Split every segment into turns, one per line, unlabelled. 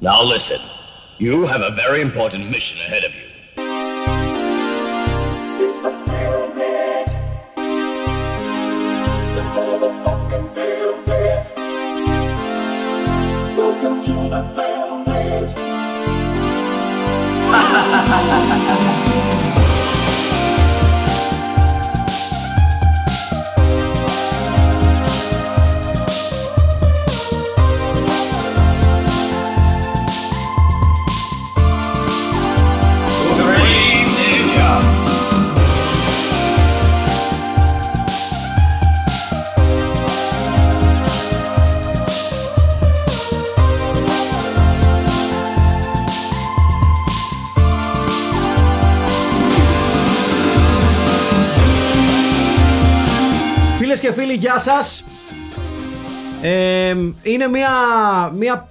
Now listen, you have a very important mission ahead of you.
It's the Feel Bit. The motherfucking Feel Bit. Welcome to the Feel Bit.
Φίλε και φίλοι, γεια σα. Ε, είναι μια, μια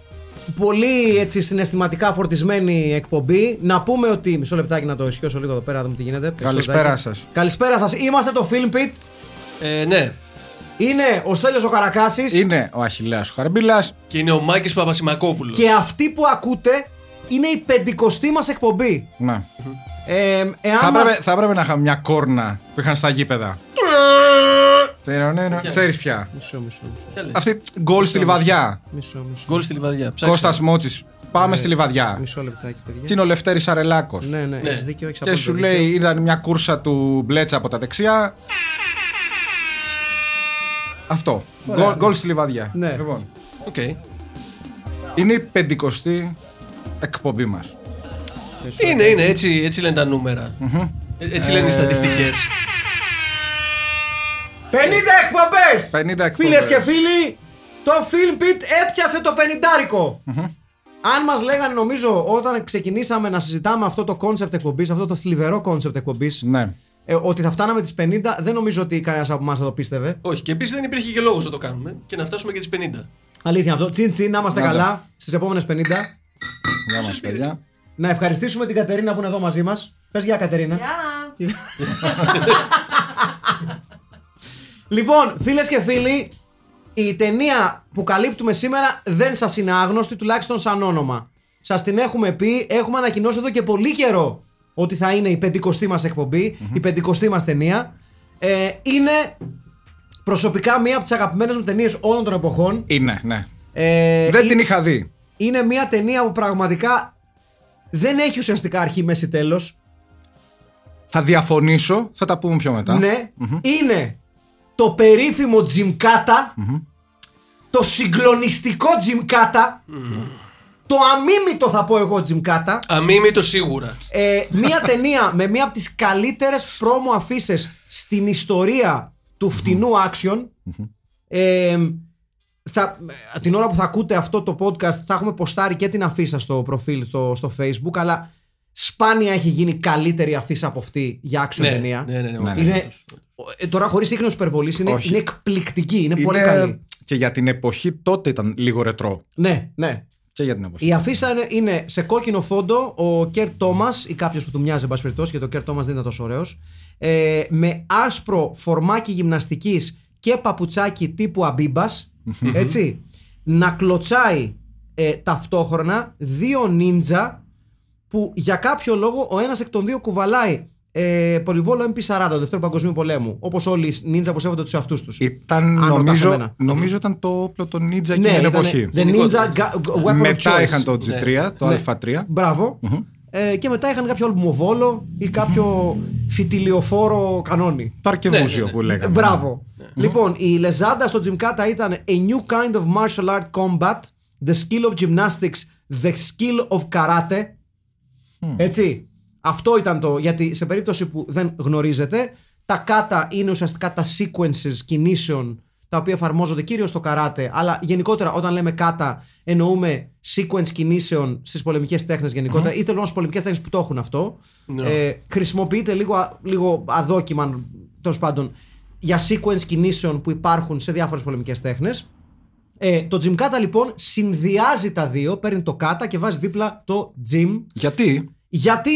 πολύ έτσι συναισθηματικά φορτισμένη εκπομπή. Να πούμε ότι. Μισό λεπτάκι να το ισιώσω λίγο εδώ πέρα, να δούμε τι γίνεται. Μισό
Καλησπέρα
λεπτάκι.
σας.
Καλησπέρα σας. Είμαστε το Film Pit.
Ε, ναι.
Είναι ο Στέλιος ο Καρακάσης
Είναι ο Αχιλέας ο Χαρμπίλας.
Και είναι ο Μάκης Παπασημακόπουλος.
και αυτή που ακούτε είναι η πεντηκοστή μας εκπομπή.
Ναι.
Ε, εάν
Θα,
μας-
έπρεπε, θα έπρεπε να είχαμε μια κόρνα που είχαν στα γήπεδα. ναι, Ξέρεις πια.
Μισό, μισό, μισό.
Αυτή γκολ στη λιβαδιά.
Μισό, μισό.
Γκολ στη λιβαδιά.
Ναι.
Ψάξτε.
Κώστας Μότσης. Πάμε στη λιβαδιά.
Μισό λεπτάκι, παιδιά.
Τι είναι ο Λευτέρης Αρελάκος.
Ναι, ναι,
Ναι.
έχεις δίκιο, έχεις
Και
απόλυτο
σου
δίκιο.
λέει ήταν μια κούρσα του μπλέτσα από τα δεξιά. Αυτό. Γκολ, γκολ στη λιβαδιά.
Ναι.
Λοιπόν,
Οκ.
είναι η πεντηκοστή εκπομπή μας.
Είναι, είναι. Έτσι, έτσι λένε τα νούμερα. Ε, Έτσι λένε οι στατιστικές.
50 εκπομπές!
50 εκπομπές.
Φίλες και φίλοι, το Film Pit έπιασε το 50 Αν μας λέγανε, νομίζω, όταν ξεκινήσαμε να συζητάμε αυτό το concept εκπομπής, αυτό το θλιβερό concept εκπομπής,
Ναι.
ε, ότι θα φτάναμε τις 50, δεν νομίζω ότι κανένας από εμάς θα το πίστευε.
Όχι. Και επίσης δεν υπήρχε και λόγος να το κάνουμε και να φτάσουμε και τις 50.
Αλήθεια αυτό. Τσιν τσιν, να είμαστε
Να τα.
καλά στις επόμενες 50.
Γεια μας παιδιά.
Να ευχαριστήσουμε την Κατερίνα που είναι εδώ μαζί μας. Πες γεια Κατερίνα. Τι- λοιπόν, φίλες και φίλοι, η ταινία που καλύπτουμε σήμερα δεν σας είναι άγνωστη, τουλάχιστον σαν όνομα. Σας την έχουμε πει, έχουμε ανακοινώσει εδώ και πολύ καιρό ότι θα είναι η πεντηκοστή μας εκπομπη η πεντηκοστή μας ταινία. Ε, είναι προσωπικά μία από τις αγαπημένες μου ταινίες όλων των εποχών.
Είναι, ναι.
Ε,
Δεν
είναι-
την είχα δει.
είναι μια ταινία που πραγματικά δεν έχει ουσιαστικά αρχή, μέση, τέλος.
Θα διαφωνήσω, θα τα πούμε πιο μετά.
Ναι. Είναι το περίφημο τζιμκάτα. Το συγκλονιστικό τζιμκάτα. Το αμίμητο θα πω εγώ τζιμκάτα.
Αμήμητο σίγουρα.
Ε, μια ταινία με μια από τις καλύτερες πρόμο αφήσεις στην ιστορία του φτηνού action. Ε, θα, ε, την ώρα που θα ακούτε αυτό το podcast θα έχουμε ποστάρει και την αφίσα στο προφίλ στο, στο facebook αλλά σπάνια έχει γίνει καλύτερη αφίσα από αυτή για action
Ναι,
ταινία.
ναι, ναι, ναι,
Ναι, ναι.
Είναι, ε, τώρα χωρίς ίχνος υπερβολής είναι,
Όχι.
είναι εκπληκτική, είναι, πολύ
Είναι-
καλή.
Και για την εποχή τότε ήταν λίγο ρετρό.
Ναι, ναι.
Και για την εποχή.
Η αφίσα είναι, είναι σε κόκκινο φόντο ο Κέρ Τόμας ή κάποιος που του μοιάζει, εν πάση περιπτώσει, γιατί ο Κέρ Τόμας δεν ήταν τόσο ωραίος. Ε, με άσπρο φορμάκι γυμναστικής και παπουτσάκι τύπου αμπίμπας. έτσι. να κλωτσάει ε, ταυτόχρονα δύο νίντζα που για κάποιο λόγο ο ένας εκ των δύο κουβαλάει ε, πολυβόλο MP40 του Δευτέρου Παγκοσμίου Πολέμου. Όπως όλοι οι νίντζα που σέβονται τους εαυτούς τους.
Ήταν,
ρωτάς
νομίζω,
εμένα.
νομίζω ήταν το όπλο των Ninja εκείνη την εποχή.
Ναι, The Ninja
Γενικότερα.
Ga- Weapon of
Μετά
Choice.
είχαν το G3, το
Ναι.
Α3.
Μπράβο. Ε, και μετά είχαν κάποιο αλμοβόλο ή κάποιο φιτιλιοφόρο κανόνι. Ε,
Το αρκεβούζιο
Ναι, ναι,
που λέγαμε.
Μπράβο. Λοιπόν, η λεζάντα στο Τζιμκάτα ήταν A new kind of martial art combat, the skill of gymnastics, the skill of karate. Έτσι. Αυτό ήταν το. Γιατί σε περίπτωση που δεν γνωρίζετε, τα κάτα είναι ουσιαστικά τα sequences κινήσεων τα οποία εφαρμόζονται κυρίως στο καράτε, αλλά γενικότερα όταν λέμε κάτα εννοούμε sequence κινήσεων στις πολεμικές τέχνες γενικότερα, ή θέλω να πω πολεμικές τέχνες που το έχουν αυτό.
Ναι.
Ε, χρησιμοποιείται λίγο, α- λίγο αδόκιμα τέλος πάντων για sequence κινήσεων που υπάρχουν σε διάφορες πολεμικές τέχνες. Ε, το Jim Kata λοιπόν συνδυάζει τα δύο, παίρνει το Kata και βάζει δίπλα το Jim
Γιατί
γιατί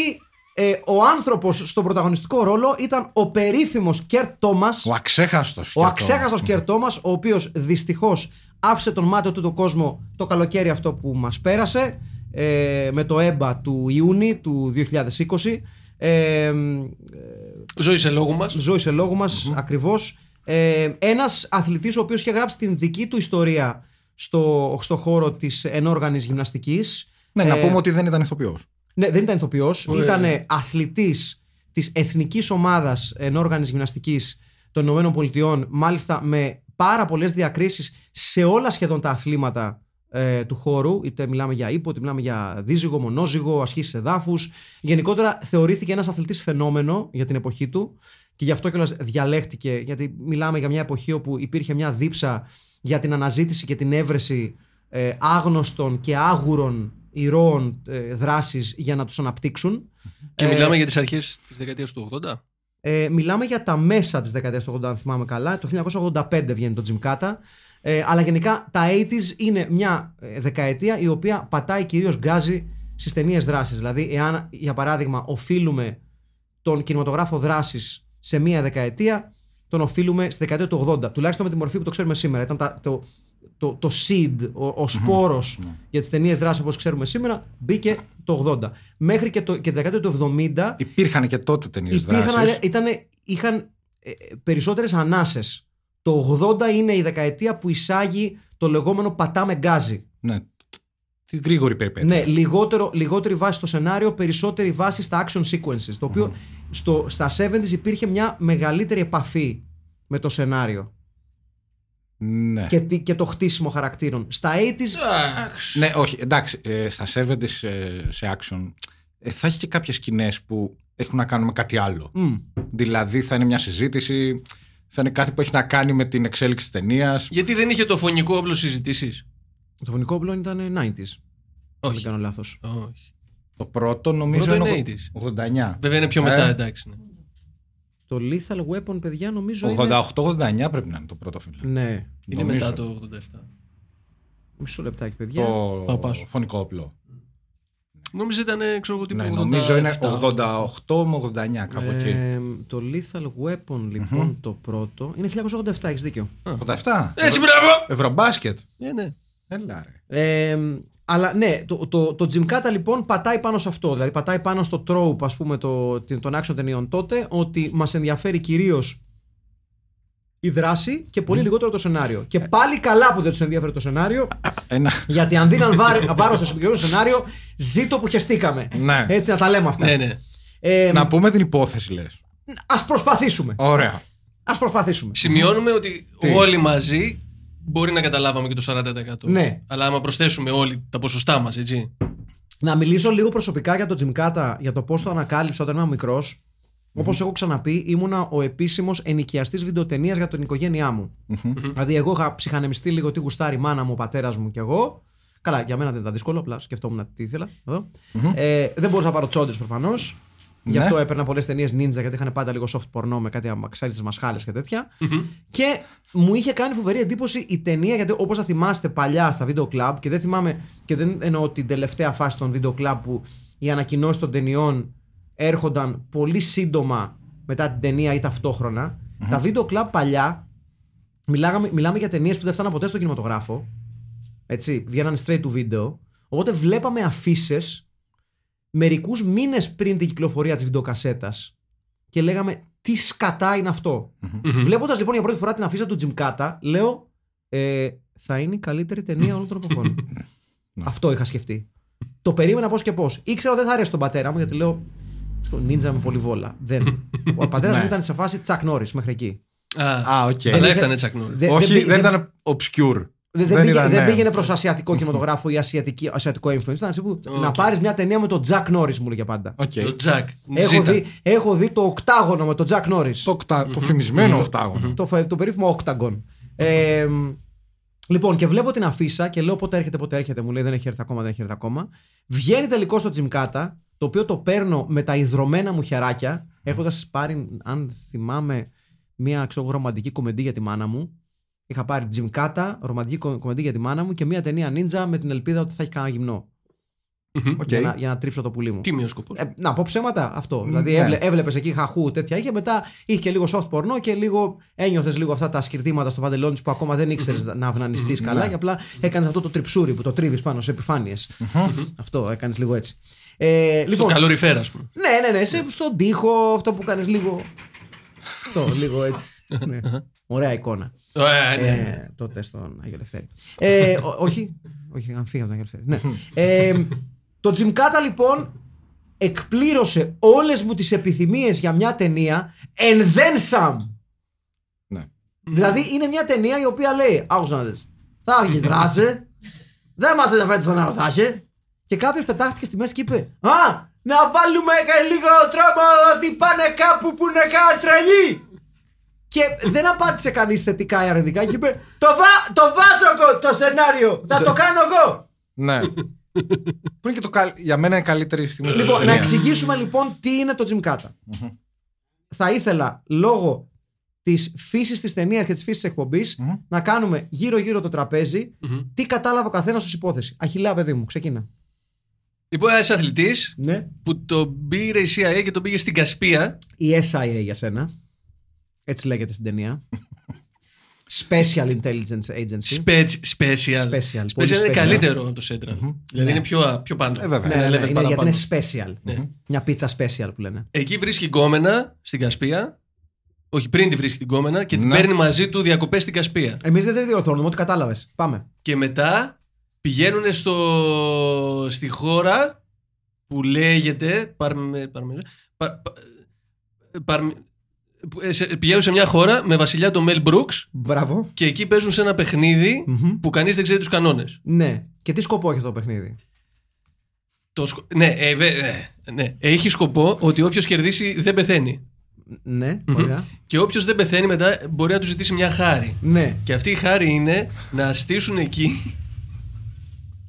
ε, ο άνθρωπος στον πρωταγωνιστικό ρόλο ήταν ο περίφημος Κέρ Τόμας,
ο αξέχαστος.
ο
και
αξέχαστος
το-
Κέρ Τόμας, ο οποίος δυστυχώς άφησε τον μάτιο του τον κόσμο το καλοκαίρι αυτό που μας πέρασε. ε, με το ΕΜΠΑ του Ιούνιου του 2020. Ε,
Ζωή σε λόγου μας.
Ε.
ζωή σε λόγου μας ακριβώς ακριβώ. ένας αθλητής ο οποίος είχε γράψει την δική του ιστορία στο, στο χώρο της ενόργανης γυμναστικής.
Ναι,
Ε,
να πούμε ότι δεν ήταν ηθοποιός.
ναι, δεν ήταν ηθοποιός,
Ωραία.
ήταν αθλητής της Εθνικής Ομάδας Ενόργανης Γυμναστικής των Ηνωμένων Πολιτειών, μάλιστα με πάρα πολλές διακρίσεις σε όλα σχεδόν τα αθλήματα ε, του χώρου, είτε μιλάμε για ύπο, είτε μιλάμε για δίζυγο, μονόζυγο, ασχήσεις εδάφους. Γενικότερα θεωρήθηκε ένας αθλητής φαινόμενο για την εποχή του και γι' αυτό κιόλας διαλέχτηκε, γιατί μιλάμε για μια εποχή όπου υπήρχε μια δίψα για την αναζήτηση και την έβρεση ε, άγνωστων και άγουρων ηρώων ε, δράσεις για να τους αναπτύξουν.
Και
Ε,
μιλάμε για τις αρχές της δεκαετίας του 80.
ε, μιλάμε για τα μέσα της δεκαετίας του 80, αν θυμάμαι καλά. Το 1985 βγαίνει το Jim Cata. Ε, αλλά γενικά τα 80s είναι μια ε, δεκαετία η οποία πατάει κυρίως γκάζι στις ταινίες δράσης. Δηλαδή, εάν για παράδειγμα οφείλουμε τον κινηματογράφο δράσης σε μια δεκαετία, τον οφείλουμε στη δεκαετία του 80. Τουλάχιστον με τη μορφή που το ξέρουμε σήμερα. Ήταν τα- το, το, το seed, ο, ο σπόρο για τις ταινίες δράσης όπως ξέρουμε σήμερα, μπήκε το 80. Μέχρι και, το, και τη δεκαετία του 70
Υπήρχαν και τότε ταινίες
Υπήρχαν, αλλά
δράση.
ήτανε, είχαν ε, περισσότερες ανάσες. Το 80 είναι η δεκαετία που εισάγει το λεγόμενο πατάμε γκάζι.
Ναι. Τη γρήγορη περιπέτεια.
Ναι, λιγότερο, λιγότερη βάση στο σενάριο, περισσότερη βάση στα action sequences. Το οποιο στο, στα 70s υπήρχε μια μεγαλύτερη επαφή με το σενάριο
Ναι.
και, τι- και το χτίσιμο χαρακτήρων. Στα 80s.
Ναι, όχι, εντάξει. ε, στα 70 σε, σε action ε, θα έχει και κάποιες σκηνές που έχουν να κάνουν με κάτι άλλο.
μ,
Δηλαδή θα είναι μια συζήτηση, θα είναι κάτι που έχει να κάνει με την εξέλιξη της ταινίας.
Γιατί δεν είχε το φωνικό όπλο συζητήσεις.
το φωνικό όπλο ήταν ε, 90s. Αν δεν
Όχι.
κάνω λάθος.
Όχι.
Το πρώτο νομίζω
Πρώτο
είναι,
είναι
89.
Βέβαια είναι πιο
Ε,
μετά, εντάξει. ναι.
Το Lethal Weapon, παιδιά, νομίζω. Είναι...
88-89 πρέπει να είναι το πρώτο φίλο.
Ναι.
Είναι
Νομίζω.
μετά το 87.
Μισό λεπτάκι, παιδιά.
Το
Πάω πάσο.
φωνικό όπλο.
Νόμιζα ήταν, ε, ξέρω εγώ,
Ναι,
τύπου
νομίζω είναι
87.
88 με 89 κάπου εκεί.
Ε, το Lethal Weapon, λοιπον το πρώτο. Είναι 1987, έχεις δίκιο.
87.
Έτσι, Ε, μπράβο!
Ευρωμπάσκετ.
Ναι, ναι.
Έλα ρε.
Ε, αλλά ναι, το, το, το Jim Cata λοιπόν πατάει πάνω σε αυτό. Δηλαδή πατάει πάνω στο trope, ας πούμε, το, την- των action ταινιών τότε, ότι μας ενδιαφέρει κυρίως η δράση και πολύ λιγότερο το σενάριο. Και πάλι καλά που δεν τους ενδιαφέρει το σενάριο,
Ένα.
γιατί αν δίναν βάρ- βάρος στο συγκεκριμένο σενάριο, ζήτω που χεστήκαμε.
Ναι.
Έτσι να τα λέμε αυτά.
ναι, ναι.
Ε,
Να πούμε την υπόθεση λες.
Ας προσπαθήσουμε.
Ωραία.
Ας προσπαθήσουμε.
Σημειώνουμε ότι
Τι?
όλοι μαζί μπορεί να καταλάβαμε και το 40%.
Ναι.
Αλλά άμα προσθέσουμε όλοι τα ποσοστά μας, έτσι.
Να μιλήσω λίγο προσωπικά για το Jim Cata, για το πώς το ανακάλυψα όταν ήμουν μικρός. Όπως έχω ξαναπεί, ήμουνα ο επίσημος ενοικιαστής βιντεοτενίας για την οικογένειά μου. Δηλαδή, εγώ είχα ψυχανεμιστεί λίγο τι γουστάρει η μάνα μου, ο πατέρας μου και εγώ. Καλά, για μένα δεν ήταν δύσκολο, απλά σκεφτόμουν τι ήθελα. εδώ. Ε, δεν μπορούσα να πάρω τσόντες προφανώς. Γι'
Ναι.
αυτό έπαιρνα πολλές ταινίες ninja γιατί είχαν πάντα λίγο soft πορνό με κάτι αμαξάρι τις μασχάλες και τετοια Και μου είχε κάνει φοβερή εντύπωση η ταινία γιατί όπως θα θυμάστε παλιά στα βίντεο κλαμπ και δεν θυμάμαι και δεν εννοώ την τελευταία φάση των βίντεο κλαμπ που οι ανακοινώσει των ταινιών έρχονταν πολύ σύντομα μετά την ταινία ή ταυτοχρονα Τα βίντεο κλαμπ παλιά μιλάγαμε, μιλάμε για ταινίες που δεν φτάναν ποτέ στον κινηματογράφο. Έτσι, βγαίνανε straight to video. Οπότε βλέπαμε αφήσει μερικούς μήνες πριν την κυκλοφορία της βιντεοκασέτας και λέγαμε τι σκατά είναι αυτό. Βλέποντας λοιπόν για πρώτη φορά την αφίσα του Jim Cata, λέω ε, θα είναι η καλύτερη ταινία όλων των εποχών. αυτό είχα σκεφτεί. Το περίμενα πώς και πώς. Ήξερα ότι δεν θα αρέσει τον πατέρα μου γιατί λέω. Το νίντζα με πολύ βόλα. Δεν. Ο πατέρας μου
Ναι.
ήταν σε φάση τσακ Νόρις μέχρι εκεί.
Α,
Α, οκ.
αλλά
Ε, δεν-
έφτανε τσακ Νόρις.
δεν-
Όχι,
πήγε-
δεν ήταν obscure.
δεν, δεν, πήγε,
ήταν,
δεν
ναι.
πήγαινε προς ασιατικό κινηματογράφο ή ασιατική, ασιατικό influence. Ήταν τύπου, να
Οκ.
πάρεις μια ταινία με τον Jack Norris, μου λέγε πάντα.
Οκ.
Το Τζακ.
Έχω
Ζήτα.
δει, έχω δει το οκτάγωνο με τον Jack Norris.
Το, οκτα- το φημισμένο οκτάγωνο.
Το, φε- το περίφημο Octagon. Ε, μ, λοιπόν, και βλέπω την αφίσα και λέω πότε έρχεται, πότε έρχεται. Μου λέει δεν έχει έρθει ακόμα, δεν έχει έρθει ακόμα. Βγαίνει τελικός στο Τζιμκάτα, το οποίο το παίρνω με τα ιδρωμένα μου χεράκια, έχοντας πάρει, αν θυμάμαι, μια ξέρω, εγώ, ρομαντική κομμεντή για τη μάνα μου. Είχα πάρει Jim Cata, ρομαντική κο- κομμεντή για τη μάνα μου και μια ταινία ninja με την ελπίδα ότι θα έχει κανένα γυμνό.
Οκ.
για, να, για να τρίψω το πουλί μου.
Τίμιο σκοπός.
Ε, να πω ψέματα αυτό. δηλαδή
ναι.
έβλε, έβλεπες εκεί χαχού τέτοια είχε, μετά είχε και λίγο soft πορνό και λίγο ένιωθες λίγο αυτά τα σκυρτήματα στο παντελόνι σου που ακόμα δεν ήξερες να αυνανιστείς καλά και απλά έκανες αυτό το τριψούρι που το τρίβεις πάνω σε επιφάνειες. αυτό έκανες λίγο έτσι. Ε,
Στο
λοιπόν,
καλοριφέρα, ας πούμε.
ναι, ναι, ναι, σε, στον τοίχο, αυτό που κάνεις λίγο. αυτό, λίγο έτσι. ναι. Ωραία εικόνα.
Ε, ναι.
Ε, τότε στον Άγιο Ελευθέρη. Ε, ό- όχι, όχι, είχαν φύγει από τον Άγιο Ελευθέρη. Ναι. Ε, το Τζιμκάτα λοιπόν εκπλήρωσε όλες μου τις επιθυμίες για μια ταινία and then some.
Ναι.
Δηλαδή είναι μια ταινία η οποία λέει, άκουσα να δεις, θα έχεις δράση, δεν μας ενδιαφέρει σαν άλλο θα έχει. Και κάποιος πετάχτηκε στη μέση και είπε, α, να βάλουμε και λίγο τρόμο ότι πάνε κάπου που είναι κάτι τρελή. Και δεν απάντησε κανείς θετικά ή αρνητικά και είπε: Το, βα... το βάζω εγώ το σενάριο! Θα το κάνω εγώ!
Ναι. Που είναι και το καλ... για μένα είναι η καλύτερη στιγμή. της
λοιπόν, να
ταινίας.
εξηγήσουμε λοιπόν τι είναι το τζιμκάτα. Θα ήθελα λόγω της φύσης της ταινίας και της φύσης της εκπομπη να κάνουμε γύρω-γύρω το τραπεζι τι κατάλαβε ο καθένας ως υπόθεση. Αχιλέα, παιδί μου, ξεκίνα.
Λοιπόν, ένας αθλητής
Ναι.
που τον πήρε η CIA και τον πήγε στην Κασπία.
Η SIA για σένα. Έτσι λέγεται στην ταινία. Special Intelligence Agency.
Spec- Special.
Special,
Special
πολύ
είναι
special.
καλύτερο από το Σέντρα. Δηλαδή είναι πιο, πιο πάνω.
Ε, βέβαια.
Ναι, ναι,
Ένα level
είναι, γιατί
παραπάνω.
είναι special. Μια πίτσα special που λένε.
Εκεί βρίσκει γκόμενα στην Κασπία. Όχι, πριν τη βρίσκει την κόμενα και την
Ναι.
παίρνει μαζί του διακοπές στην Κασπία.
Εμείς δεν διορθώνουμε, ό,τι κατάλαβες. Πάμε.
Και μετά πηγαίνουν στο, στη χώρα που λέγεται. Παρμε, παρμε, πα- πα- παρμε- που- ε, σε- πηγαίνουν σε μια χώρα με βασιλιά τον Μέλ Brooks
Μπράβο.
και εκεί παίζουν σε ένα παιχνίδι
Μμμ.
που κανείς δεν ξέρει τους κανόνες.
Ναι. Και τι σκοπό έχει αυτό το παιχνίδι.
Το σκο- Ναι, ε, βε- ε, ναι, έχει σκοπό ότι όποιος κερδίσει δεν πεθαίνει.
Ναι, ωραία.
Και όποιος δεν πεθαίνει μετά μπορεί να του ζητήσει μια χάρη.
ναι.
Και αυτή η χάρη είναι να στήσουν εκεί.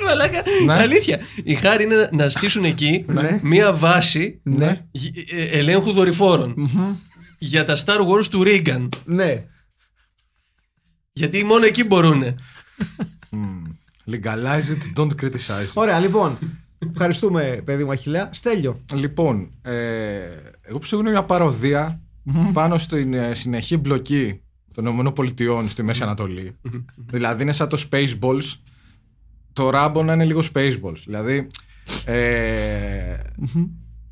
Μαλάκα,
Ναι.
αλήθεια. Η χάρη είναι να στήσουν εκεί
Ναι.
μία βάση
Ναι.
γε- ε, ελέγχου δορυφόρων για τα Star Wars του Ρίγκαν.
Ναι.
Γιατί μόνο εκεί μπορούν.
Legalize it, don't criticize it.
Ωραία, λοιπόν. Ευχαριστούμε, παιδί μου Αχιλέα. Στέλιο.
Λοιπόν, ε, εγώ πιστεύω είναι μια παροδια πάνω στην ε, συνεχή μπλοκή των ΗΠΑ στη Μέση Ανατολή. δηλαδή είναι σαν το Spaceballs. Το Ράμπο να είναι λίγο Spaceballs. Δηλαδή, ε,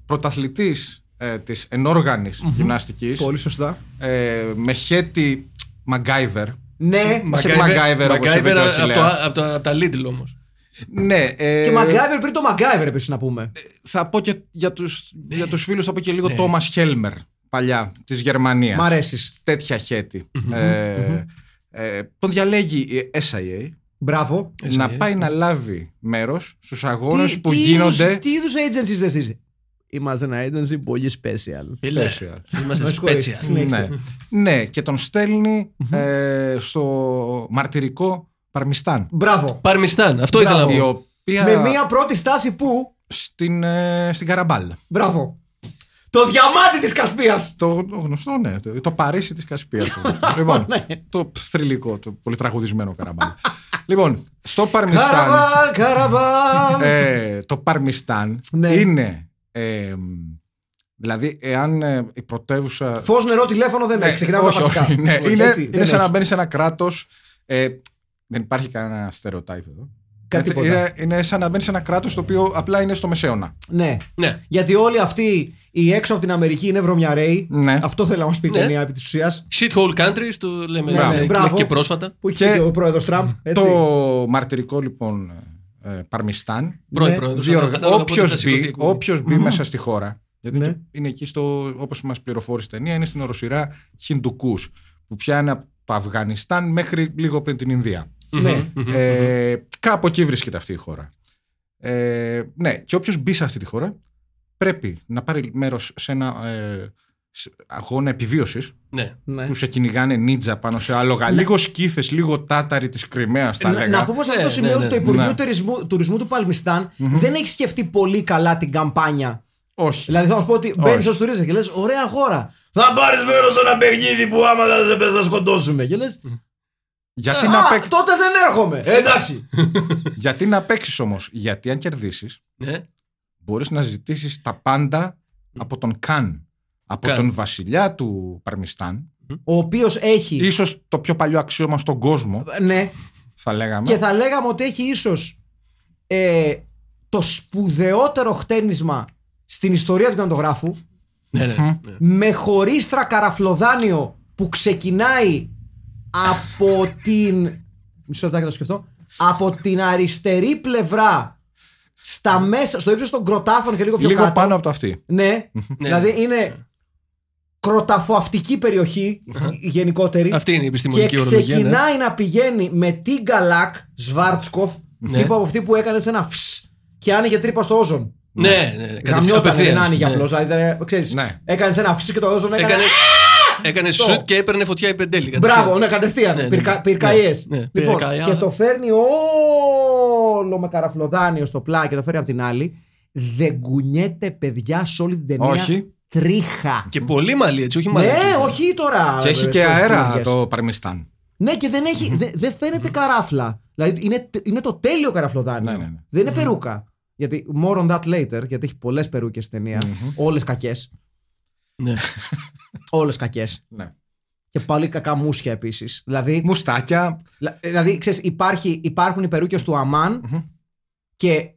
πρωταθλητής ε, της ενόργανης γυμναστικής
Πολύ σωστά.
ε, με χέτη MacGyver.
Ναι.
Μα- Μαγκάιβερ- Μαγκάιβερ, όπως είπε και ο
από, το,
Αχιλλέας.
από, το, από τα Lidl όμως.
Ναι, ε,
Και Μαγκάιβερ πριν το Μαγκάιβερ επίσης να πούμε.
θα πω και για τους, για τους φίλους θα πω και λίγο
Ναι.
Τόμας Χέλμερ παλιά της Γερμανίας.
Μ' αρέσεις.
τέτοια χέτη. Ε, ε, τον διαλέγει η SIA
Μπράβο.
SIA.
να πάει να λάβει μέρος στους αγώνες
ναι. Τι-
που
τι
γίνονται.
είδους- Τι είδους agencies δεν είσαι. Είμαστε ένα agency πολύ special.
Special.
Είμαστε
Με συγχωρείς.
σπέτσια.
Ε, Ναι.
Ναι. ναι, και τον στελνει ε, στο μαρτυρικό Παρμιστάν.
Μπράβο.
Παρμιστάν, αυτό ήθελα να
Η
πω.
οποία
Με μία πρώτη στάση που.
στην, ε, στην Καραμπάλ.
Μπράβο. Το διαμάντι της Κασπίας.
Το γνωστό, ναι. Το, το Παρίσι της Κασπίας. λοιπόν,
Ναι.
το θρηλυκό, το πολύ τραγουδισμένο Καραμπάλ. λοιπόν, στο Παρμιστάν.
Καραβάν, καραβάν.
ε, το Παρμιστάν
Ναι.
είναι. ε, δηλαδή, εάν ε, η πρωτεύουσα.
Φως, νερό, τηλέφωνο δεν έχει. Ε, Ξεκινάμε από τα
ναι, όχι,
βασικά.
όχι, ναι.
Όχι,
είναι,
έτσι,
είναι
δεν
σαν να
έχει.
μπαίνει σε ένα κράτος. δεν υπάρχει κανένα στερεοτάιπ εδώ.
Κάτι
Έτσι,
τίποτα.
είναι, είναι σαν να μπαίνει σε ένα κράτος το οποίο απλά είναι στο μεσαίωνα.
Ναι.
Ναι.
Γιατί όλοι αυτοί οι έξω από την Αμερική είναι βρωμιαρέοι.
Ναι.
Αυτό θέλει να μας πει η
Ναι.
ταινία επί της ουσίας.
Shithole countries, το λέμε
Ναι,
και-
μπράβο.
και πρόσφατα.
Που είχε
Και
και ο πρόεδρος Τραμπ. Έτσι.
Το μαρτυρικό λοιπόν ε, Παρμιστάν.
Πρώην
Ναι.
πρόεδρος,
διοργα-
ανάλογα πότε
όποιος
θα σηκωθεί η
μπει,
κουβέντα.
όποιος μπει μέσα στη χώρα. Γιατί
Ναι.
και- είναι εκεί στο, όπως μας πληροφόρησε η ταινία, είναι στην οροσειρά Χιντουκούς, που πιάνει από το Αφγανιστάν μέχρι λίγο πριν την Ινδία.
Ναι.
Ε, κάπου εκεί βρίσκεται αυτή η χώρα. Ε, ναι, και όποιος μπει σε αυτή τη χώρα πρέπει να πάρει μέρος σε ένα ε, σε αγώνα επιβίωσης
Ναι.
Ναι.
που σε κυνηγάνε νίτζα πάνω σε άλογα. Λίγο σκύθες, λίγο τάταροι της Κρυμαίας θα
Να,
λέγα.
Ναι. Ε, να πούμε σε αυτό
Ναι,
το σημείο
ναι,
ότι το
ναι.
Υπουργείο
Ναι.
Τουρισμού, Τουρισμού του παλμισταν δεν έχει σκεφτεί πολύ καλά την καμπάνια.
Όχι.
Δηλαδή θα σου πω ότι μπαίνεις ως τουρίστα και λες: Ωραία χώρα. Θα πάρεις μέρος σε ένα παιχνίδι που άμα θα σε θα σκοτώσουμε. Και λες:
Γιατί, να παίκ-
τότε δεν έρχομαι. Ε, εντάξει.
γιατί να παίξεις όμως, Γιατί αν κερδίσεις,
Ναι.
μπορείς να ζητήσεις τα πάντα από τον Καν. Από
Καν.
τον βασιλιά του Παρμιστάν.
Ο οποίος έχει.
ίσως το πιο παλιό αξίωμα στον κόσμο,
Ναι.
θα λέγαμε.
Και θα λέγαμε ότι έχει ίσως ε, το σπουδαιότερο χτένισμα στην ιστορία του κινηματογράφου.
Ναι, ναι, ναι.
με χωρίστρα καραφλοδάνιο που ξεκινάει από την. Μισό λεπτάκι θα το σκεφτώ. Από την αριστερή πλευρά στα μέσα, στο ύψος των κροτάφων και Ναι. λίγο πιο
Λίγο
κάτω.
πάνω από το αυτή.
Ναι, Ναι. δηλαδή είναι κροταφοαυτική περιοχή η γενικότερη.
Αυτή είναι η
και
επιστημονική ορολογία. ναι.
ξεκινάει να πηγαίνει με την Γκαλάκ Σβάρτσκοφ,
Ναι.
τύπο από αυτή που έκανε σε ένα φσ και άνοιγε τρύπα στο όζον.
Ναι, ναι, ναι. κατευθείαν,
Γαμιότανε, δεν
απευθείας.
άνοιγε
Ναι.
απλώς. Δηλαδή, ξέρεις,
Ναι.
Έκανε ένα φσ και το όζον έκανε.
Έκανε, έκανε
Αυτό.
σουτ και έπαιρνε φωτιά η πεντέλη. κατευθείαν.
Μπράβο, ναι, κατευθείαν.
Ναι, ναι.
Πυρκα- Πυρκαγιές.
Ναι, ναι,
Λοιπόν,
πυρκαγιά.
και το φέρνει όλο με καραφλοδάνιο στο πλάι και το φέρνει από την άλλη. Δεν κουνιέται, παιδιά, σε όλη την ταινία.
Όχι.
Τρίχα.
Και πολύ μαλλί έτσι, όχι μαλλί.
Ναι, όχι τώρα.
Και έχει
ε,
και
στο-
αέρα
στους
το Παρμιστάν.
Ναι, και δεν έχει, δε- δεν φαίνεται καράφλα. Δηλαδή είναι, τε- είναι το τέλειο καραφλοδάνιο.
Ναι, ναι, ναι.
Δεν είναι περούκα. Γιατί more on that later, γιατί έχει πολλές περούκες στην ταινία. Όλες κακές.
Ναι.
Όλες κακές.
Ναι.
Και πάλι κακαμούσια επίσης. Δηλαδή,
Μουστάκια.
Λα- Δηλαδή, ξέρεις, υπάρχει, υπάρχουν οι περούκες του αμαν και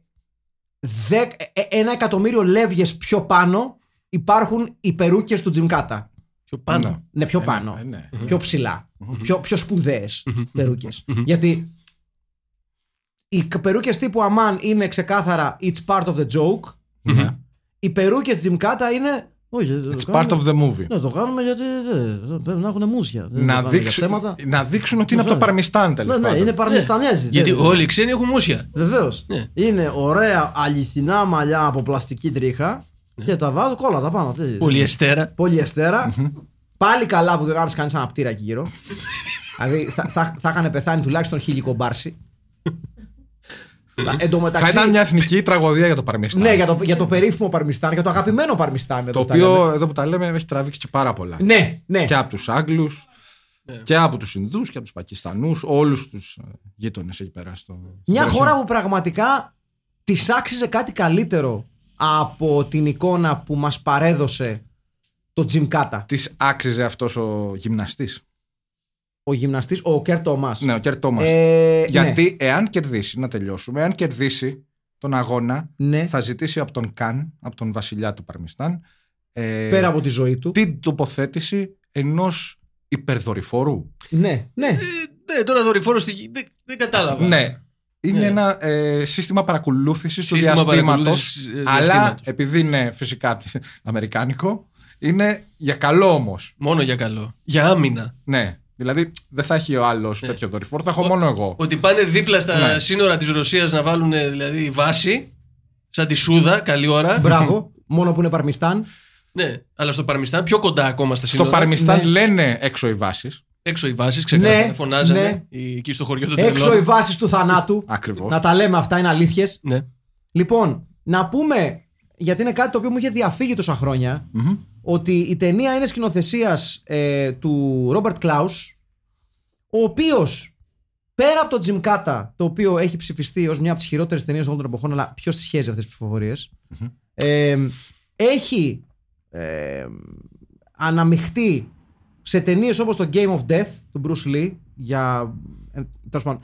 δεκ, ε- ε- ένα εκατομμύριο λεύγες πιο πάνω υπάρχουν οι περούκες του Τζιμκάτα.
Πιο πάνω.
Ναι.
Ναι, πιο
Ε,
πάνω.
ναι, ε, ναι.
Πιο ψηλα Πιο, πιο σπουδαίες περούκες. Γιατί οι κ- περούκες τύπου αμαν είναι ξεκάθαρα it's part of the joke.
Ναι.
Οι περούκες Τζιμκάτα είναι... Όχι, δεν το
It's part
κάνουμε-
of the movie.
Ναι, το κάνουμε γιατί δεν- πρέπει να έχουν μουσια. Δεν το
Να,
κάνουμε για
δείξουν, Ε,
ψέματα.
να δείξουν ότι είναι από το
Βέβαια.
Παρμιστάν τέλος
Ναι, ναι, είναι παρμιστανέζοι.
Γιατί
δεν-
όλοι οι ξένοι έχουν μουσια.
Βεβαίως.
Ναι.
Είναι ωραία αληθινά μαλλιά από πλαστική τρίχα
Ναι.
και τα βάζω κόλλα τα πάνω. Τι-
Πολυεστέρα.
Πολυεστέρα. Πάλι καλά που δεν άμεσα κανείς ένα πτήρα εκεί γύρω. δηλαδή θα, θα, θα είχαν πεθάνει τουλάχιστον χίλικο μπάρσι. Εν τω μεταξύ.
Θα ήταν μια εθνική τραγωδία για το Παρμιστάν.
Ναι, για το, για το περίφημο Παρμιστάν, για το αγαπημένο Παρμιστάν. εδώ
το
που τα λέμε.
οποίο εδώ που τα λέμε έχει τραβήξει και πάρα πολλά.
Ναι, ναι.
Και από τους Άγγλους και από τους Ινδούς και από τους Πακιστανούς, όλους τους γείτονες εκεί πέρα. Στο...
Μια
στην
χώρα που πραγματικά τη άξιζε κάτι καλύτερο από την εικόνα που μας παρέδωσε το Τζιμ Κάτα.
Της άξιζε αυτός ο γυμναστής.
Ο γυμναστής, ο Κέρ Τόμας.
Ναι, ο Κέρ Τόμας.
Ε,
Γιατί εάν κερδίσει, να τελειώσουμε, εάν κερδίσει τον αγώνα,
Ναι, ναι.
θα ζητήσει από τον Καν, από τον βασιλιά του Παρμιστάν, ε,
πέρα από τη ζωή του.
την τοποθέτηση ενός υπερδορυφόρου.
Ναι, ναι.
Ε, Ναι, τώρα δορυφόρος στη γη. Δεν- Δεν κατάλαβα.
Ναι. Είναι
Ναι.
ένα ε, σύστημα παρακολούθησης του
Σύστημα
διαστήματος.
παρακολούθησης, ε,
Αλλά
διαστήματος.
επειδή είναι φυσικά αμερικάνικο, είναι για καλό όμως.
Μόνο για καλό. Για άμυνα.
Ναι. Δηλαδή δεν θα έχει ο άλλος
Ναι.
τέτοιο δορυφόρο, θα έχω μόνο εγώ.
Ότι πάνε δίπλα στα
Ναι.
σύνορα της Ρωσίας να βάλουν ε, δηλαδή βάση. Σαν τη Σούδα, καλή ώρα.
Μπράβο. Μόνο που είναι Παρμιστάν.
Ναι, αλλά στο Παρμιστάν πιο κοντά ακόμα στα σύνορα.
Στο Παρμιστάν
ναι.
λένε έξω οι βάσεις.
Έξω οι βάσεις, ξεκάθαρα.
Ναι,
φωνάζανε
ναι.
οι- εκεί στο χωριό του
Έξω οι
Τελών.
βάσεις του θανάτου.
Ακριβώς.
Να τα λέμε αυτά, είναι αλήθειες.
Ναι.
Λοιπόν, να πούμε, γιατί είναι κάτι το οποίο μου είχε διαφύγει τόσα χρόνια, ότι η ταινία είναι σκηνοθεσίας του Ρόμπερτ Κλάους, ο οποίος πέρα από το Jim Κάτα, το οποίο έχει ψηφιστεί ως μια από τις χειρότερες ταινίες όλων των εποχών, αλλά ποιος τις σχέζει αυτές τις ψηφοφορίες, ε, έχει ε, αναμειχθεί σε ταινίες όπως το Game of Death του Bruce Lee για. ε, τέλος πάντων.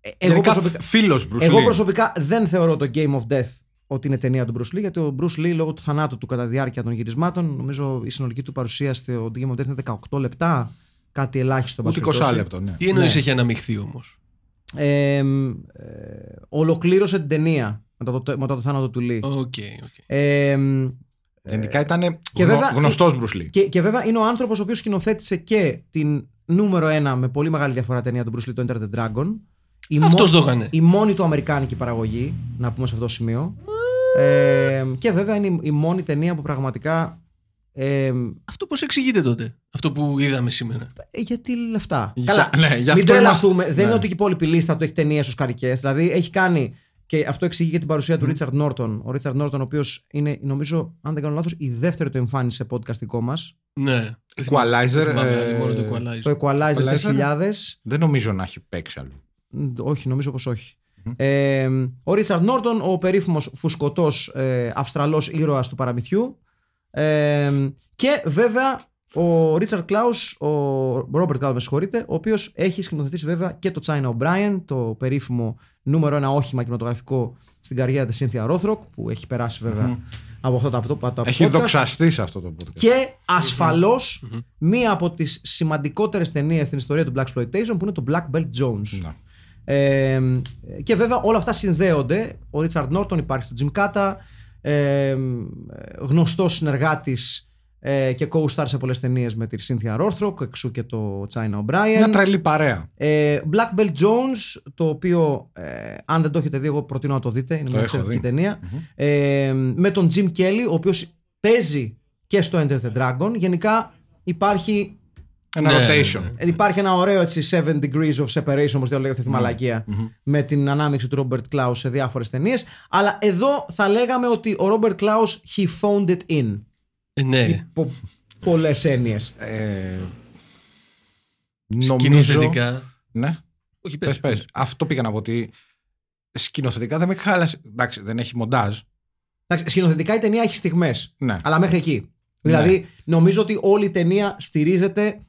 Ε, Εγώ προσωπικά,
φίλος Μπρουσλί.
εγώ προσωπικά δεν θεωρώ το Game of Death ότι είναι ταινία του Bruce Lee, γιατί ο Bruce Lee λόγω του θανάτου του κατά τη διάρκεια των γυρισμάτων, νομίζω η συνολική του παρουσία στο Game of Death είναι 18 λεπτά, κάτι ελάχιστο. εν πάση
Ούτε 20
περιπτώσει.
λεπτό, ναι.
Τι εννοείς
Ναι.
έχει αναμειχθεί όμως.
Ε, μ, ε, ολοκλήρωσε την ταινία μετά το, μετά το θάνατο του Lee.
Οκ, οκ.
Ε, μ,
Γενικά ήταν
και βέβαια-
γνωστός Μπρουσλί.
και, και βέβαια είναι ο άνθρωπος ο οποίος σκηνοθέτησε και την νούμερο 1 με πολύ μεγάλη διαφορά ταινία του Bruce Lee, το Enter the Dragon. Η
Αυτός
μο-
δόγανε.
Η μόνη του αμερικάνικη παραγωγή, να πούμε σε αυτό το σημείο. Ε, και βέβαια είναι η- η μόνη ταινία που πραγματικά. Ε,
Αυτό πώς εξηγείται τότε, αυτό που είδαμε σήμερα.
ε, γιατί λεφτά.
Για-
Καλά.
ναι, γι'
μην
αυτό
τρελαθούμε.
είμαστε-
Δεν
ναι.
είναι ότι η υπόλοιπη λίστα του έχει ταινίες ως καρικές. Δηλαδή έχει κάνει Και αυτό εξηγεί και την παρουσία του Ρίτσαρντ Νόρτον. Ο Ρίτσαρντ Νόρτον, ο οποίος είναι, νομίζω, αν δεν κάνω λάθος, η δεύτερη του εμφάνιση σε podcast δικό μας.
Ναι.
Equalizer.
Θυμάμαι
ε,
μόνο το Equalizer.
Το Equalizer
Equalizer.
2000.
Δεν νομίζω να έχει παίξει αλλού.
Ν- Όχι, νομίζω πως όχι. Ε, ο Ρίτσαρντ Νόρτον, ο περίφημος φουσκωτός ε, Αυστραλός ήρωας του παραμυθιού. Ε, και βέβαια ο Ρίτσαρντ Κλάους, ο Ρόμπερτ Κλάους με συγχωρείτε, ο οποίος έχει σκηνοθετήσει βέβαια και το China O'Brien, το περίφημο νούμερο ένα όχημα κινηματογραφικό στην καριέρα της Cynthia Rothrock, που έχει περάσει βέβαια από αυτό το, από το, από το
Έχει
podcast.
δοξαστεί σε αυτό το podcast.
Και ασφαλώς μία από τις σημαντικότερες ταινίες στην ιστορία του Black Exploitation που είναι το Black Belt Jones.
Να.
Ε, και βέβαια όλα αυτά συνδέονται. Ο Ρίτσαρντ Νόρτον υπάρχει στο Jim Κάτα, ε, γνωστός συνεργάτης ε, και co-star σε πολλές ταινίες με τη Cynthia Rothrock, εξού και το China
Μια
O'Brien.
τρελή παρέα.
Ε, Black Belt Jones, το οποίο ε, αν δεν το έχετε δει, εγώ προτείνω να το δείτε. Είναι μια
έχω
εξαιρετική
δει.
ταινία. Ε, με τον Jim Kelly, ο οποίος παίζει και στο Enter the Dragon. Γενικά υπάρχει,
Ένα
Ναι,
rotation.
ναι.
υπάρχει ένα ωραίο έτσι 7 degrees of separation, όπως διαλέγει
Ναι.
αυτή τη μαλακια με την ανάμειξη του Robert Klaus σε διάφορες ταινίες. Αλλά εδώ θα λέγαμε ότι ο Robert Klaus he found it in.
Ε, ναι.
Πο- Πολλές έννοιες.
Ε, νομίζω.
Σκηνοθετικά.
Ναι,
Ε,
Όχι, πες,
πες, πες. Αυτό πήγα να πω ότι σκηνοθετικά δεν με χάλασε. Εντάξει, δεν έχει μοντάζ.
Σκηνοθετικά η ταινία έχει στιγμές
Ναι.
Αλλά μέχρι εκεί. Δηλαδή, νομίζω ότι όλη η ταινία στηρίζεται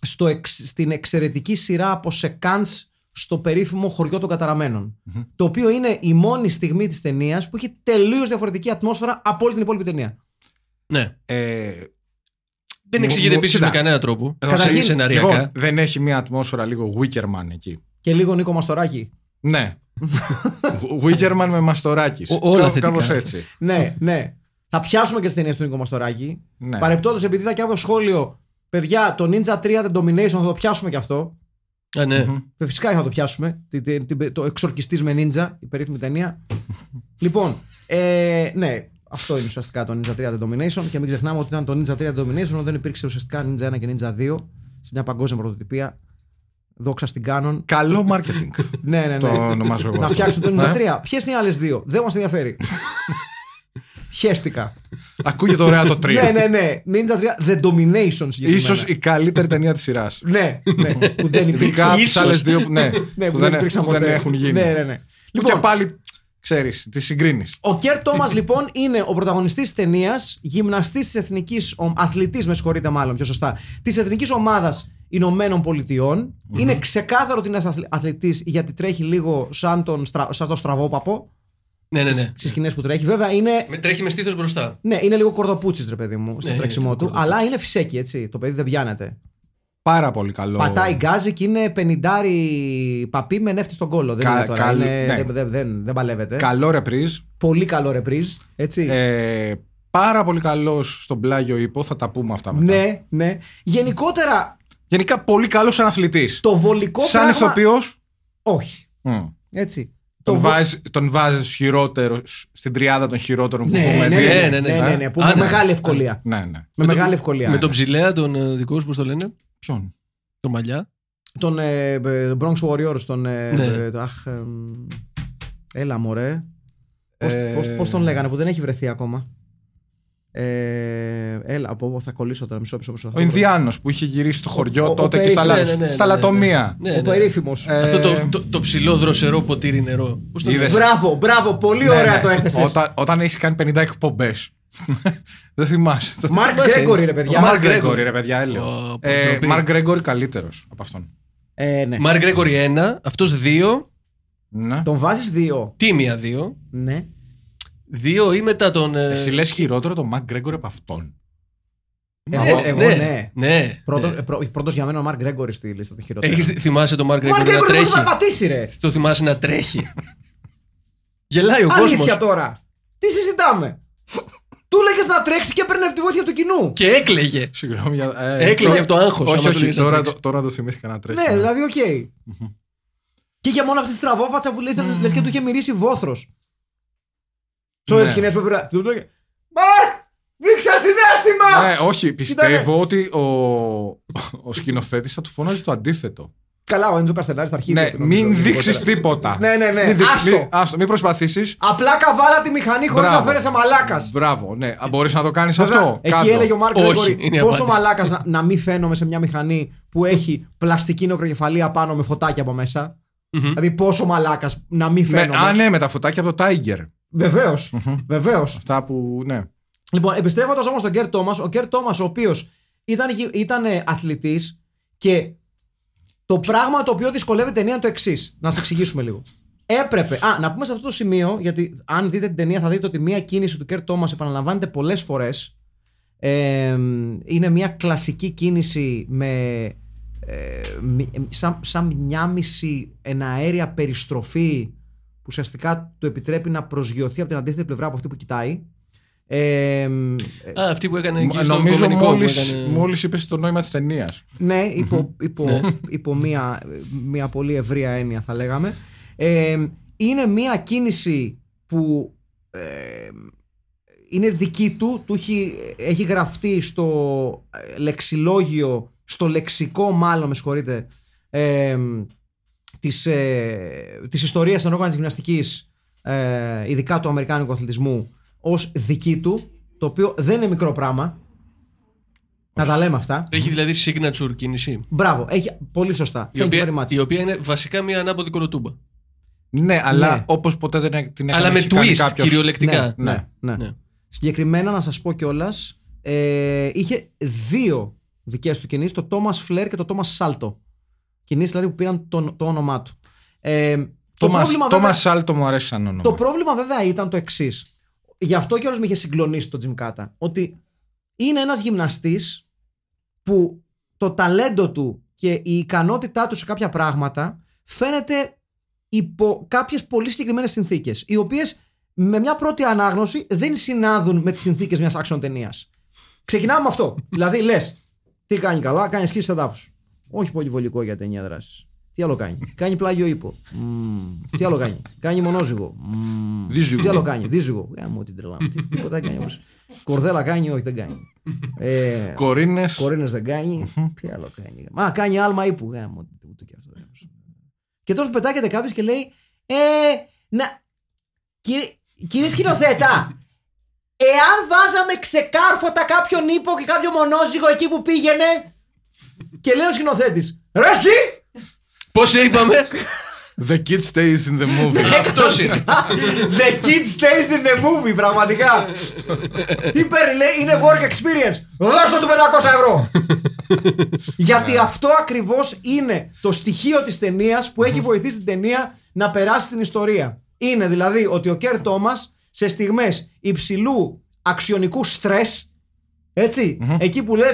στο εξ- στην εξαιρετική σειρά από σεκάνς στο περίφημο χωριό των καταραμενων Το οποίο είναι η μόνη στιγμή της ταινίας που έχει τελείως διαφορετική ατμόσφαιρα από όλη την υπόλοιπη ταινία.
Ναι.
Ε,
Δεν
Μου-
εξηγείται
μου-
επίσης με
κοίτα.
κανένα τρόπο.
εδώ
Καταρχήν,
σε-
σε- λοιπόν,
Σεναριακά.
δεν έχει μια ατμόσφαιρα λίγο Wickerman εκεί.
Και λίγο Νίκο Μαστοράκη.
Ναι. Wickerman με μαστοράκι.
Ο- όλα θετικά.
Κάπως έτσι.
ναι, ναι. Θα πιάσουμε και τις ταινίες του Νίκο Μαστοράκη.
Ναι.
Παρεπτόντως, επειδή είδα και από σχόλιο, παιδιά, το Ninja 3 The Domination θα το πιάσουμε και αυτό.
Α, ναι.
Ε, Φυσικά θα το πιάσουμε. Τη- τη- τη- Το εξορκιστής με νίντζα, η περίφημη ταινία. λοιπόν, ε, ναι, αυτό είναι ουσιαστικά το Ninja 3 The Domination. Και μην ξεχνάμε ότι ήταν το Ninja 3 The Domination, αλλά δεν υπήρξε ουσιαστικά Ninja 1 και Ninja 2 σε μια παγκόσμια πρωτοτυπία. Δόξα στην Canon.
Καλό marketing.
ναι, ναι, ναι.
το ονομάζω εγώ.
Να
αυτό.
φτιάξουν το
Ναι.
Ninja 3. Ποιες είναι οι άλλες δύο, δεν μας ενδιαφέρει. Χαίστηκα.
Ακούγεται ωραία το 3.
ναι, ναι, ναι. Ninja 3 The Domination συγκεκριμένα.
Ίσως η καλύτερη ταινία της σειράς.
Ναι, ναι. που δεν υπήρξε.
Ειδικά από τις
Ίσως.
άλλες δύο που, ναι,
Ναι,
που, δεν,
υπήρξαν
που δεν
ποτέ.
έχουν γίνει.
Ναι, ναι, ναι.
Που και πάλι, ξέρεις, τις συγκρίνεις.
Ο Κέρ Τόμας λοιπόν είναι ο πρωταγωνιστής της ταινίας, γυμναστής της εθνικής. αθλητής, με συγχωρείτε μάλλον πιο σωστά, της εθνικής ομάδας Ηνωμένων Πολιτειών. Είναι ξεκάθαρο ότι είναι αθλητής γιατί τρέχει λίγο σαν τον, στρα, σαν τον στραβόπαπο
Ναι, ναι, ναι.
στις σκηνές που τρέχει. Βέβαια είναι.
Με τρέχει με στήθος μπροστά.
Ναι, είναι λίγο κορδοπούτσι, ρε παιδί μου, στο
Ναι,
τρέξιμό
είναι
του.
κορδοπούτσις.
Αλλά είναι φυσέκι, έτσι. Το παιδί δεν πιάνεται.
Πάρα πολύ καλό.
Πατάει γκάζι και είναι πενιντάρι παπί με νεύτη στον κόλο. Δεν
Κα-
είναι τώρα.
καλ-
είναι-
ναι.
δεν, δεν, δεν, δεν παλεύεται.
Καλό ρεπρίζ.
Πολύ καλό ρεπρίζ. Έτσι.
Ε, πάρα πολύ καλός στον πλάγιο ύπο. Θα τα πούμε αυτά μετά.
Ναι, ναι. Γενικότερα
Γενικά πολύ καλός σαν αθλητής.
το βολικό
σαν
πράγμα...
ηθοποιός,
Όχι.
μ,
Έτσι.
Τον,
βο-
βάζει, τον βάζεις χειρότερο στην τριάδα των χειρότερων που
Ναι, ναι,
έχουμε
ναι,
δει.
ναι,
Ε,
ναι,
ναι, ναι.
ναι, ναι, που
Α,
με
ναι.
μεγάλη ευκολία.
ναι, ναι.
Με
Με
μεγάλη
το-
ευκολία.
Με τον ψηλέα, τον ε, δικός σου, πώς το λένε.
Ποιον.
Τον μαλλιά.
Τον ε, ε, Bronx Warriors, τον... ε,
Ναι.
ε, το- Αχ, ε, έλα μωρέ. Πώς,
Ε,
πώς, πώς τον λέγανε που δεν έχει βρεθεί ακόμα. Ε, έλα, από θα κολλήσω τώρα, μισό, μισό, μισό.
Ο Ινδιάνος που είχε γυρίσει στο χωριό
ο- ο
τότε και
περίφημος.
στα, λα-
Ναι, ναι, ναι,
στα
ναι, ναι.
λατομεία.
Ναι,
Ο
ναι.
περίφημος.
Ε,
Αυτό το, το, το ψηλό δροσερό ποτήρι νερό. Πώς το
Είδες.
Μπράβο, μπράβο, πολύ
Ναι,
ωραία
ναι.
το έθεσες.
Όταν, όταν έχεις κάνει 50 εκπομπές. Δεν θυμάσαι. Ναι.
Μάρκ Γκρέκορη, ρε
Ο
παιδιά.
Μαρκ
Γκρέγκορι.
Γκρέγκορι, ρε παιδιά,
Ω,
έλεος. Ε,
πω, ντροπή.
Μαρκ Γκρέγκορι καλύτερος από αυτόν.
Ε, ναι.
Μαρκ Γκρέκορη 1, αυτό 2,
Ναι.
Τον βάζεις δύο.
τίμια 2.
Ναι.
2 ή μετά τον. ε,
Εσύ λες χειρότερο τον Μαρκ Γκρέγκορι από αυτόν.
ναι,
εγώ- εγώ
ναι.
ναι.
ναι.
Πρώτο, ε, πρω- πρώτος για μένα ο Μαρκ Γκρέγκορη στη λίστα των χειρότερων.
Έχεις, θυμάσαι τον Μαρκ
Ο Μαρκ
Γκρέκορη να
Γκρέγκορη δεν
τρέχει.
μπορεί να πατήσει, ρε.
Το θυμάσαι να τρέχει. Γελάει ο κόσμο.
Αλήθεια τώρα. Τι συζητάμε. του λέγες να τρέξει και έπαιρνε τη βοήθεια του κοινού.
Και έκλαιγε.
Συγγνώμη. για- ε,
Έκλαιγε
τώρα-
από το άγχος, άμα
Όχι,
το
όχι.
λέγες να
Τώρα,
τρέξει.
το- τώρα το θυμήθηκα να τρέξει.
ναι, δηλαδή, οκ. και είχε μόνο αυτή τη στραβόφατσα που λέει λες και του είχε μυρίσει βόθρος. Σε όλε τι
Ναι.
σκηνές που έπαιρνε. Του λέγε Μαρκ! Δείξα συνέστημα!
Ναι, όχι.
Κοίτα,
Πιστεύω ότι ο, ο σκηνοθέτης θα του φώναζε το αντίθετο.
Καλά, ο Έντζο Καστελάρης στα αρχίδια.
Ναι,
του, νομίζω,
μην δείξει
γενικότερα.
τίποτα.
Ναι, ναι, ναι.
Μην δείξεις-
Άστο.
μην- Άστο, μην προσπαθήσεις.
Απλά καβάλα τη μηχανή χωρίς να
Μπράβο.
φέρεσαι μαλάκας.
Μπράβο, ναι. Μπορείς να το κάνεις αυτό.
Εκεί
Κάντο.
έλεγε ο Μάρκο
Όχι,
Γκρέγκορη
είναι
πόσο
απάντηση.
μαλάκας να, να μην φαίνομαι σε μια μηχανή που έχει πλαστική νοκροκεφαλία πάνω με φωτάκια από μέσα. Δηλαδή πόσο μαλάκας να μην
Με,
φαίνομαι.
α, ναι, με τα φωτάκια από το Tiger.
Βεβαίως. Βεβαίως.
Αυτά που. Ναι.
Λοιπόν, επιστρέφοντας όμως στον Κέρ Τόμας, ο Κέρ Τόμας, ο οποίος ήταν, γυ- ήταν αθλητής και το πράγμα το οποίο δυσκολεύει η ταινία είναι το εξής. Να σας εξηγήσουμε λίγο. Έπρεπε. Α, να πούμε σε αυτό το σημείο, γιατί αν δείτε την ταινία θα δείτε ότι μία κίνηση του Κέρ Τόμας επαναλαμβάνεται πολλές φορές. Ε, είναι μία κλασική κίνηση με. Ε, μι- σαν, σαν μια μισή εναέρια περιστροφή που ουσιαστικά του επιτρέπει να προσγειωθεί από την αντίθετη πλευρά από αυτή που κοιτάει. Ε,
Α, αυτή που έκανε εκεί στο
Νομίζω
κομμενικό που
μόλις
έκανε...
μόλις είπες το νόημα της ταινίας.
Ναι, υπό, υπό, υπό μία, μία πολύ ευρεία έννοια θα λέγαμε. Ε, είναι μία κίνηση που ε, είναι δική του, του έχει, έχει γραφτεί στο ε, λεξιλόγιο, στο λεξικό μάλλον, με συγχωρείτε, ε, της, ε, της ιστορίας των όργανων της γυμναστικής, ε, ειδικά του αμερικάνικου αθλητισμού, ως δική του, το οποίο δεν είναι μικρό πράγμα. Να τα λέμε αυτά.
Έχει δηλαδή signature κίνηση.
Μπράβο, έχει, πολύ σωστά.
Η
Thank you very
οποία,
much.
η οποία είναι βασικά μια ανάποδη κολοτούμπα.
Ναι, αλλά
Ναι.
όπως ποτέ δεν την έκανε.
Αλλά με
έχει κάνει
twist
κάποιος.
κυριολεκτικά.
Ναι, ναι, ναι.
Ναι.
Συγκεκριμένα να σας πω κιόλας, ε, είχε δύο δικές του κινήσεις, το Thomas Flair και το Thomas Salto. Κινήσεις δηλαδή που πήραν το, το όνομά του. Ε, το,
Τόμας-
πρόβλημα, βέβαια,
Τόμας Σάλτο μου αρέσει σαν όνομα.
το πρόβλημα βέβαια ήταν το εξής. Γι' αυτό κιόλας με είχε συγκλονίσει το Jim Κάτα. Ότι είναι ένας γυμναστής που το ταλέντο του και η ικανότητά του σε κάποια πράγματα φαίνεται υπό κάποιες πολύ συγκεκριμένες συνθήκες οι οποίες με μια πρώτη ανάγνωση δεν συνάδουν με τις συνθήκες μιας άξιον ταινίας. Ξεκινάμε με αυτό. δηλαδή λες, τι κάνει καλά, κάνει σκίση σε δάφους. Όχι πολύ βολικό για ταινία δράσης. Τι άλλο κάνει. κάνει πλάγιο ύπο. Μμμ. Τι άλλο κάνει. Κάνει μονόζυγο. Μμμ.
Δίζυγο.
Τι άλλο κάνει. Δίζυγο. Γάμο την τρελά μου. Τι- Τίποτα δεν κάνει. όμως. Κορδέλα κάνει, όχι δεν κάνει. Ε,
Κορίνες.
Κορίνες δεν κάνει. Τι άλλο κάνει. Μα κάνει άλμα ύπου. Γάμο, ούτε και αυτό. Και τόσο πετάγεται κάποιος και λέει, Ε, να. Κύριε, κύριε σκηνοθέτα, εάν βάζαμε ξεκάρφωτα κάποιον ύπο και κάποιο μονόζυγο εκεί που πήγαινε. Και λέει ο σκηνοθέτης, Ρε εσύ!
Πώς είπαμε,
The kid stays in
Ναι,
the movie.
αυτός είναι.
The kid stays in the movie, πραγματικά. Τι παίρνει, λέει, είναι work experience. Δώστε του 500 ευρώ. Γιατί αυτό ακριβώς είναι το στοιχείο της ταινίας που έχει βοηθήσει την ταινία να περάσει στην ιστορία. Είναι δηλαδή ότι ο Κέρ Τόμας σε στιγμές υψηλού αξιονικού στρες, έτσι, εκεί που λες.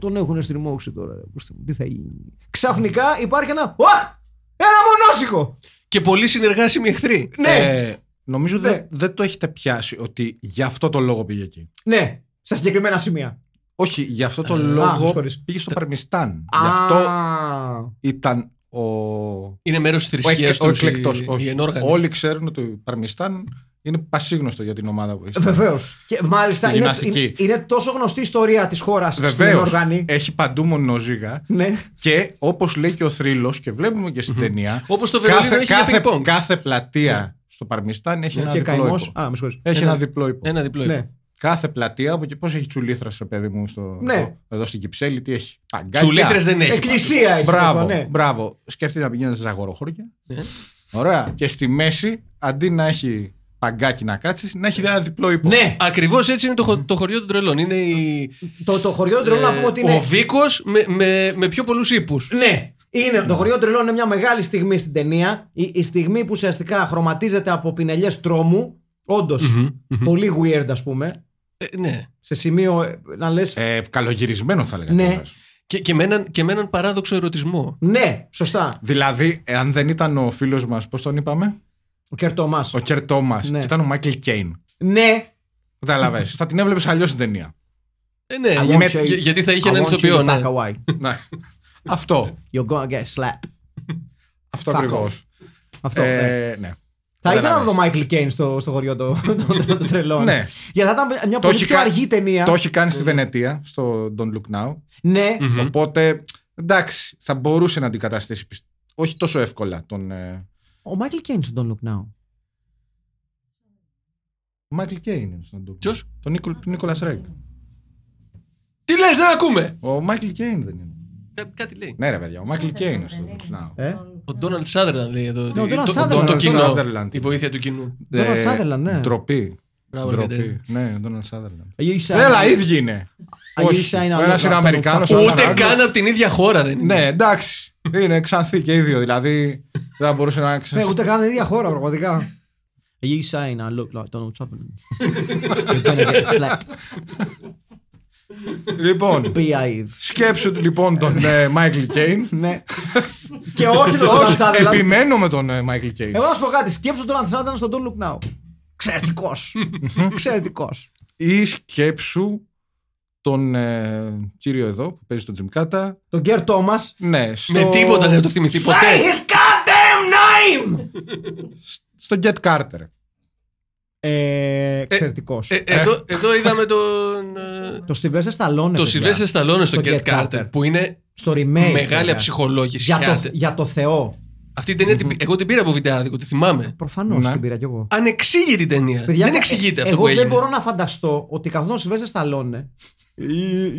Τον έχουν στριμώξει τώρα. ρε, ακούστε μου, Τι θα γίνει. Ξαφνικά υπάρχει ένα. Ωχ! Ένα μονόσυχο!
και πολύ συνεργάσιμοι εχθροί.
Ναι!
Ε, νομίζω
Ναι.
δεν δεν το έχετε πιάσει ότι γι' αυτό το λόγο πήγε εκεί.
Ναι, στα συγκεκριμένα σημεία.
Όχι, γι' αυτό το
Ε, α, με
λόγο
συγχωρείς.
πήγε στο Παρμιστάν. Γι' αυτό
Α,
ήταν ο.
Είναι μέρος της
Ο, εκ-
θρησκεία
ο
τους.
εκλεκτό.
Η ενόργανη.
Όλοι ξέρουν ότι το Παρμιστάν είναι πασίγνωστο για την ομάδα
Ε,
που είσαι.
Βεβαίως. Και μάλιστα
Στη
είναι,
γυμναστική. Ε,
είναι, είναι τόσο γνωστή η ιστορία της χώρας στην
Βεβαίως.
Οργανή.
Έχει παντού μονόζυγα.
Ναι.
Και όπως λέει και ο θρύλος, και βλέπουμε και στην ταινία.
Όπως το Βερολίνο
κάθε,
έχει για
κάθε,
ping-pong. Ναι.
κάθε πλατεία στο Παρμιστάν έχει ένα
και
διπλό.
καημός.
ύπο. Ε,
Α, με συγχωρείς.
Έχει
Ένα-
ένα διπλό ύπο.
Ένα διπλό.
Ναι.
Κάθε πλατεία, από εκεί- πώς έχει τσουλήθρα σε παιδί μου στο,
Ναι.
εδώ, εδώ στην Κυψέλη, τι έχει. Παγκάκια.
Τσουλίθρε δεν έχει.
Εκκλησία έχει.
Μπράβο,
βέβαια, ναι.
μπράβο. Σκεφτείτε να πηγαίνετε στα αγοροχώρια.
Ναι.
Ωραία. Και στη μέση, αντί να έχει παγκάκι να κάτσεις, να έχεις ένα διπλό ύπο.
Ναι.
Ακριβώς έτσι είναι το, χω- το χωριό των τρελών. Είναι η,
Το, το χωριό των τρελών
Ε,
να πούμε ότι
ο
είναι.
Βίκος με, με, με πιο πολλούς ύπους.
Ναι. Είναι, το χωριό των τρελών είναι μια μεγάλη στιγμή στην ταινία. Η, η στιγμή που ουσιαστικά χρωματίζεται από πινελιές τρόμου. Όντως, Πολύ weird, ας πούμε.
ναι.
Σε σημείο ε, να λες.
Ε, καλογυρισμένο θα λέγαμε.
Ναι.
Και, και, με έναν, και με έναν παράδοξο ερωτισμό.
Ναι, σωστά.
Δηλαδή, αν δεν ήταν ο φίλος μας, πώς τον είπαμε,
Ο Κερτομά.
ο Κερ Τόμας,
Ναι.
και ήταν ο Μάικλ Κέιν.
Ναι,
Κατάλαβε. θα την έβλεπες αλλιώς την ταινία.
Ε, ναι,
I want
με-
you-
για- γιατί θα είχε
I
έναν
want you
ηθοποιό.
to
Ναι.
back away.
ναι. Αυτό.
You're gonna get slapped.
Αυτό
Fuck
ακριβώς.
Αυτό. ναι.
Ε, ναι.
Θα ήθελα να
καταλάβες.
δω Μάικλ Κέιν στο, στο χωριό των των- των τρελών.
Ναι.
Γιατί θα ήταν Λοιπόν, μια
Το
πολύ
έχει
πιο
κα-
αργή ταινία.
Το έχει κάνει στη Βενετία, στο Don't Look Now.
Ναι.
Οπότε εντάξει, θα μπορούσε να αντικαταστήσει πιστε- όχι τόσο εύκολα τον ε,
Ο Μάικλ Κέιν στον Don't Look Now.
Μάικλ Κέιν. στον ντου.
Ποιος?
Τον Νίκολας Νίκολας Ρέγκ.
Τι λες, δεν ακούμε!
Ο Μάικλ Κέιν δεν είναι.
Κά- κάτι λέει.
Ναι, ρε παιδιά, ο Μάικλ Κέιν. είναι στον Now.
Ε?
Ο Ντόναλτ Σάδερλαντ λέει εδώ.
Ναι, ο Donald
Το- το-
Sutherland.
Το
Donald
κοινό.
Sutherland.
Η βοήθεια του κοινού.
Donald
Ε,
Sutherland, ναι.
Ντροπή.
Μπράβο,
Ντροπή.
Ρεγκατέρη.
Ναι, ο Ντόναλτ Σάδερλαντ.
Are you sure?
Έλα, ίδιοι είναι.
Are you
Όχι. Ο
sure είναι
ένας είναι
άλλο-
Αμερικάνο.
Ούτε
Ούτε καν από την ίδια χώρα δεν είναι.
Ναι, εντάξει. Είναι ξανθή και ίδιο. Δηλαδή δεν θα μπορούσε να
Ναι,
ξανθεί.
ούτε καν είναι ίδια χώρα, πραγματικά. Are you saying I look like Donald Sutherland? You're gonna get slapped.
Λοιπόν,
Behave.
σκέψου λοιπόν τον Μάικλ Κέιν.
Ναι. Και όχι τον Donald
Όχι,
Sutherland.
Επιμένω με τον ε, Μάικλ Κέιν.
Εγώ να σου πω κάτι. Σκέψου τον Donald Sutherland στον Don't Look Now. Εξαιρετικός. Εξαιρετικός.
Ή σκέψου τον ε, κύριο εδώ που παίζει τον Τζιμκάτα.
Τον Γκέρ Τόμας.
Ναι, στο,
Με τίποτα δεν το θυμηθεί
Say
ποτέ.
his goddamn name!
στο Get Carter.
Ε, Εξαιρετικός.
Ε, εδώ, εδώ είδαμε τον. ε,
Το Sylvester Stallone.
Το
παιδιά.
Σιλβέστερ Σταλόνε στο
Get
Get Carter
Carter.
που είναι
Στο remake.
μεγάλη
βέβαια.
αψυχολόγηση.
Ε, Για το,
Χιάτε.
για το Θεό.
Αυτή την ταινία, την πη- εγώ την πήρα από βιντεάδικο, τη θυμάμαι.
Προφανώς
Ναι.
την πήρα κι εγώ.
Ανεξήγητη ταινία.
Παιδιά,
δεν
ε-
εξηγείται
ε-
αυτό
εγώ
που έγινε.
δεν μπορώ να φανταστώ ότι καθόλου ο Σιλβέστερ Σταλόνε. ε,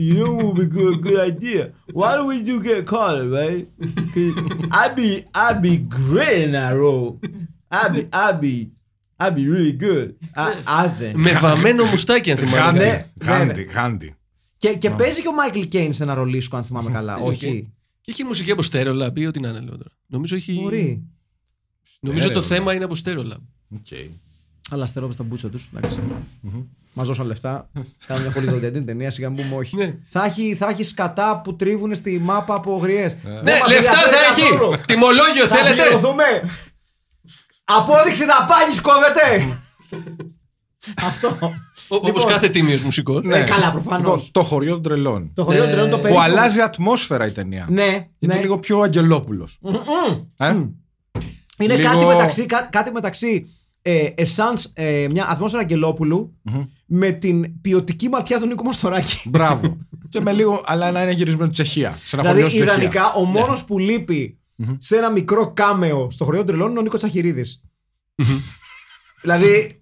You know what would be good, good idea. Why don't we do get caught, right? 'Cause I'd be, I'd be great in that role. I'd be, I'd be, I'd be really good. I, I think.
Με βαμμένο μουστάκι, αν θυμάμαι.
Χάνε.
καλά.
Γάντι,
Ναι,
Γάντι, Γάντι.
Και, και παίζει και ο Μάικλ Κέιν σε ένα ρολίσκο, αν θυμάμαι καλά. Όχι.
Και έχει μουσική από Stereolab ή ό,τι να είναι, λέω τώρα. Νομίζω έχει.
Μπορεί.
Νομίζω το
Stereolab.
θέμα είναι από Stereolab.
Ε,
Οκ.
Αλλά αστερόπε στα μπούτσα τους. Μας δώσαν λεφτά. Κάνουν μια πολύ δοντιά την ταινία, σιγά μην πούμε
Ναι.
όχι. θα, έχει, θα έχει σκατά που τρίβουν στη μάπα από γριές.
Ναι, λεφτά θα έχει! Τιμολόγιο
Θα
θέλετε!
πληρωθούμε. Απόδειξη δαπάνη κόβεται. Αυτό.
Όπως
Λοιπόν,
κάθε τίμιος μουσικό.
Ε, καλά, προφανώς.
Λοιπόν, το χωριό των τρελών.
Το χωριό
Ναι.
τρελών το
Που
Που
περίπου.
αλλάζει ατμόσφαιρα η ταινία.
Ναι,
Είναι
ναι.
λίγο πιο Ε? Αγγελόπουλο.
Είναι
λίγο-
κάτι μεταξύ, κά- κάτι μεταξύ ε, essence, ε, μια ατμόσφαιρα Αγγελόπουλου με την ποιοτική ματιά του Νίκου Μαστοράκη.
Μπράβο. και με λίγο, αλλά να είναι γυρισμένο Τσεχία. Σε ένα χωριό
Δηλαδή,
στη Τσεχίας.
ιδανικά, ο μόνος που λείπει σε ένα μικρό κάμεο στο χωριό των τρελών είναι ο Νίκος Τσαχυρίδης. δηλαδή,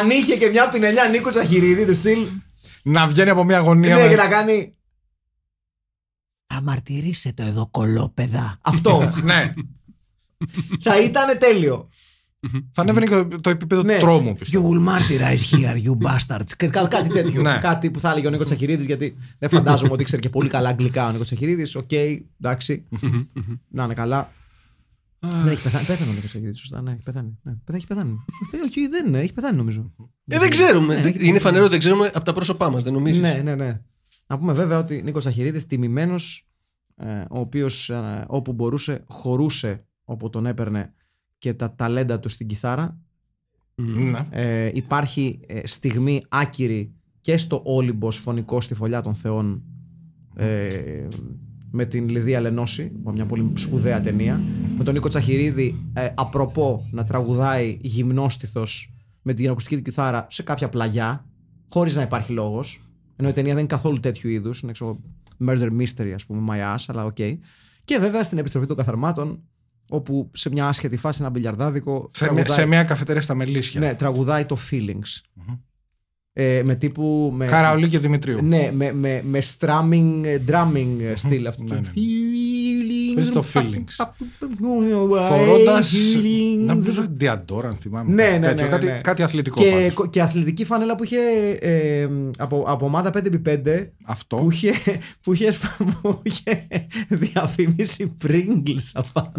αν είχε και μια πινελιά Νίκο Τσαχυρίδη του στυλ.
Να βγαίνει από μια γωνία.
Ναι,
με-
και να κάνει. Θα μαρτυρήσετε εδώ, κολόπεδα. Αυτό.
ναι.
θα ήταν τέλειο.
Θα ανέβαινε και το- το επίπεδο
Ναι.
τρόμου, πιστεύω.
You will martyrize here, you bastards. Κά- κά- κάτι τέτοιο.
Ναι.
Κάτι που θα έλεγε ο Νίκος Τσαχυρίδης, γιατί δεν φαντάζομαι ότι ήξερε και πολύ καλά αγγλικά ο Νίκος Τσαχυρίδης. Οκ, εντάξει. να είναι καλά. Ναι, έχει πεθάνει. Πέθανε ο Νίκος Τσαχυρίδης, σωστά. Ναι, έχει πεθάνει. Ναι, πεθά- έχει πεθάνει. Ε, Όχι, δεν είναι, έχει πεθάνει νομίζω.
Ε, δεν ξέρουμε. Δεν- Είναι φανερό ότι δεν ξέρουμε από τα πρόσωπά μας, δεν νομίζεις.
Ναι, ναι, ναι. Να πούμε βέβαια ότι Νίκος Τσαχυρίδης τιμημένος, ε, ο οποίος όπου μπορούσε, χορούσε όπου τον έπαιρνε και τα ταλέντα τους στην κιθάρα.
Ναι.
Ε, υπάρχει ε, στιγμή άκυρη και στο Όλυμπος φωνικό στη φωλιά των θεών ε, με την Λιδία Λενώση, μια πολύ σπουδαία ταινία, με τον Νίκο Τσαχυρίδη ε, απροπό να τραγουδάει γυμνόστιθος με την ακουστική του κιθάρα σε κάποια πλαγιά, χωρίς να υπάρχει λόγος, ενώ η ταινία δεν είναι καθόλου τέτοιου είδους, είναι ξέρω, murder mystery ας πούμε, my ass, αλλά οκ. Και βέβαια στην επιστροφή των καθαρμάτων, όπου σε μια άσχετη φάση ένα μπιλιαρδάδικο
Σε, μια,
τραγουδάει-
σε μια καφετέρια στα Μελίσια.
ναι, τραγουδάει το feelings. Ε, με τύπου. Με,
Καραολί και Δημητρίου.
Ναι, με, με, με strumming, ε, drumming ε, στυλ αυτό.
Ναι, ναι.
Feelings.
Παίζει το feelings. Φορώντας. Να νομίζω διαντόρα, αν θυμάμαι.
Ναι,
Κάτι
ναι,
τέτοιο,
ναι,
κάτι,
ναι.
κάτι αθλητικό.
Και,
πάντως.
και αθλητική φανέλα που είχε ε, από, από ομάδα 5x5
Αυτό.
που είχε, που είχε, που είχε διαφήμιση Pringles απάνω.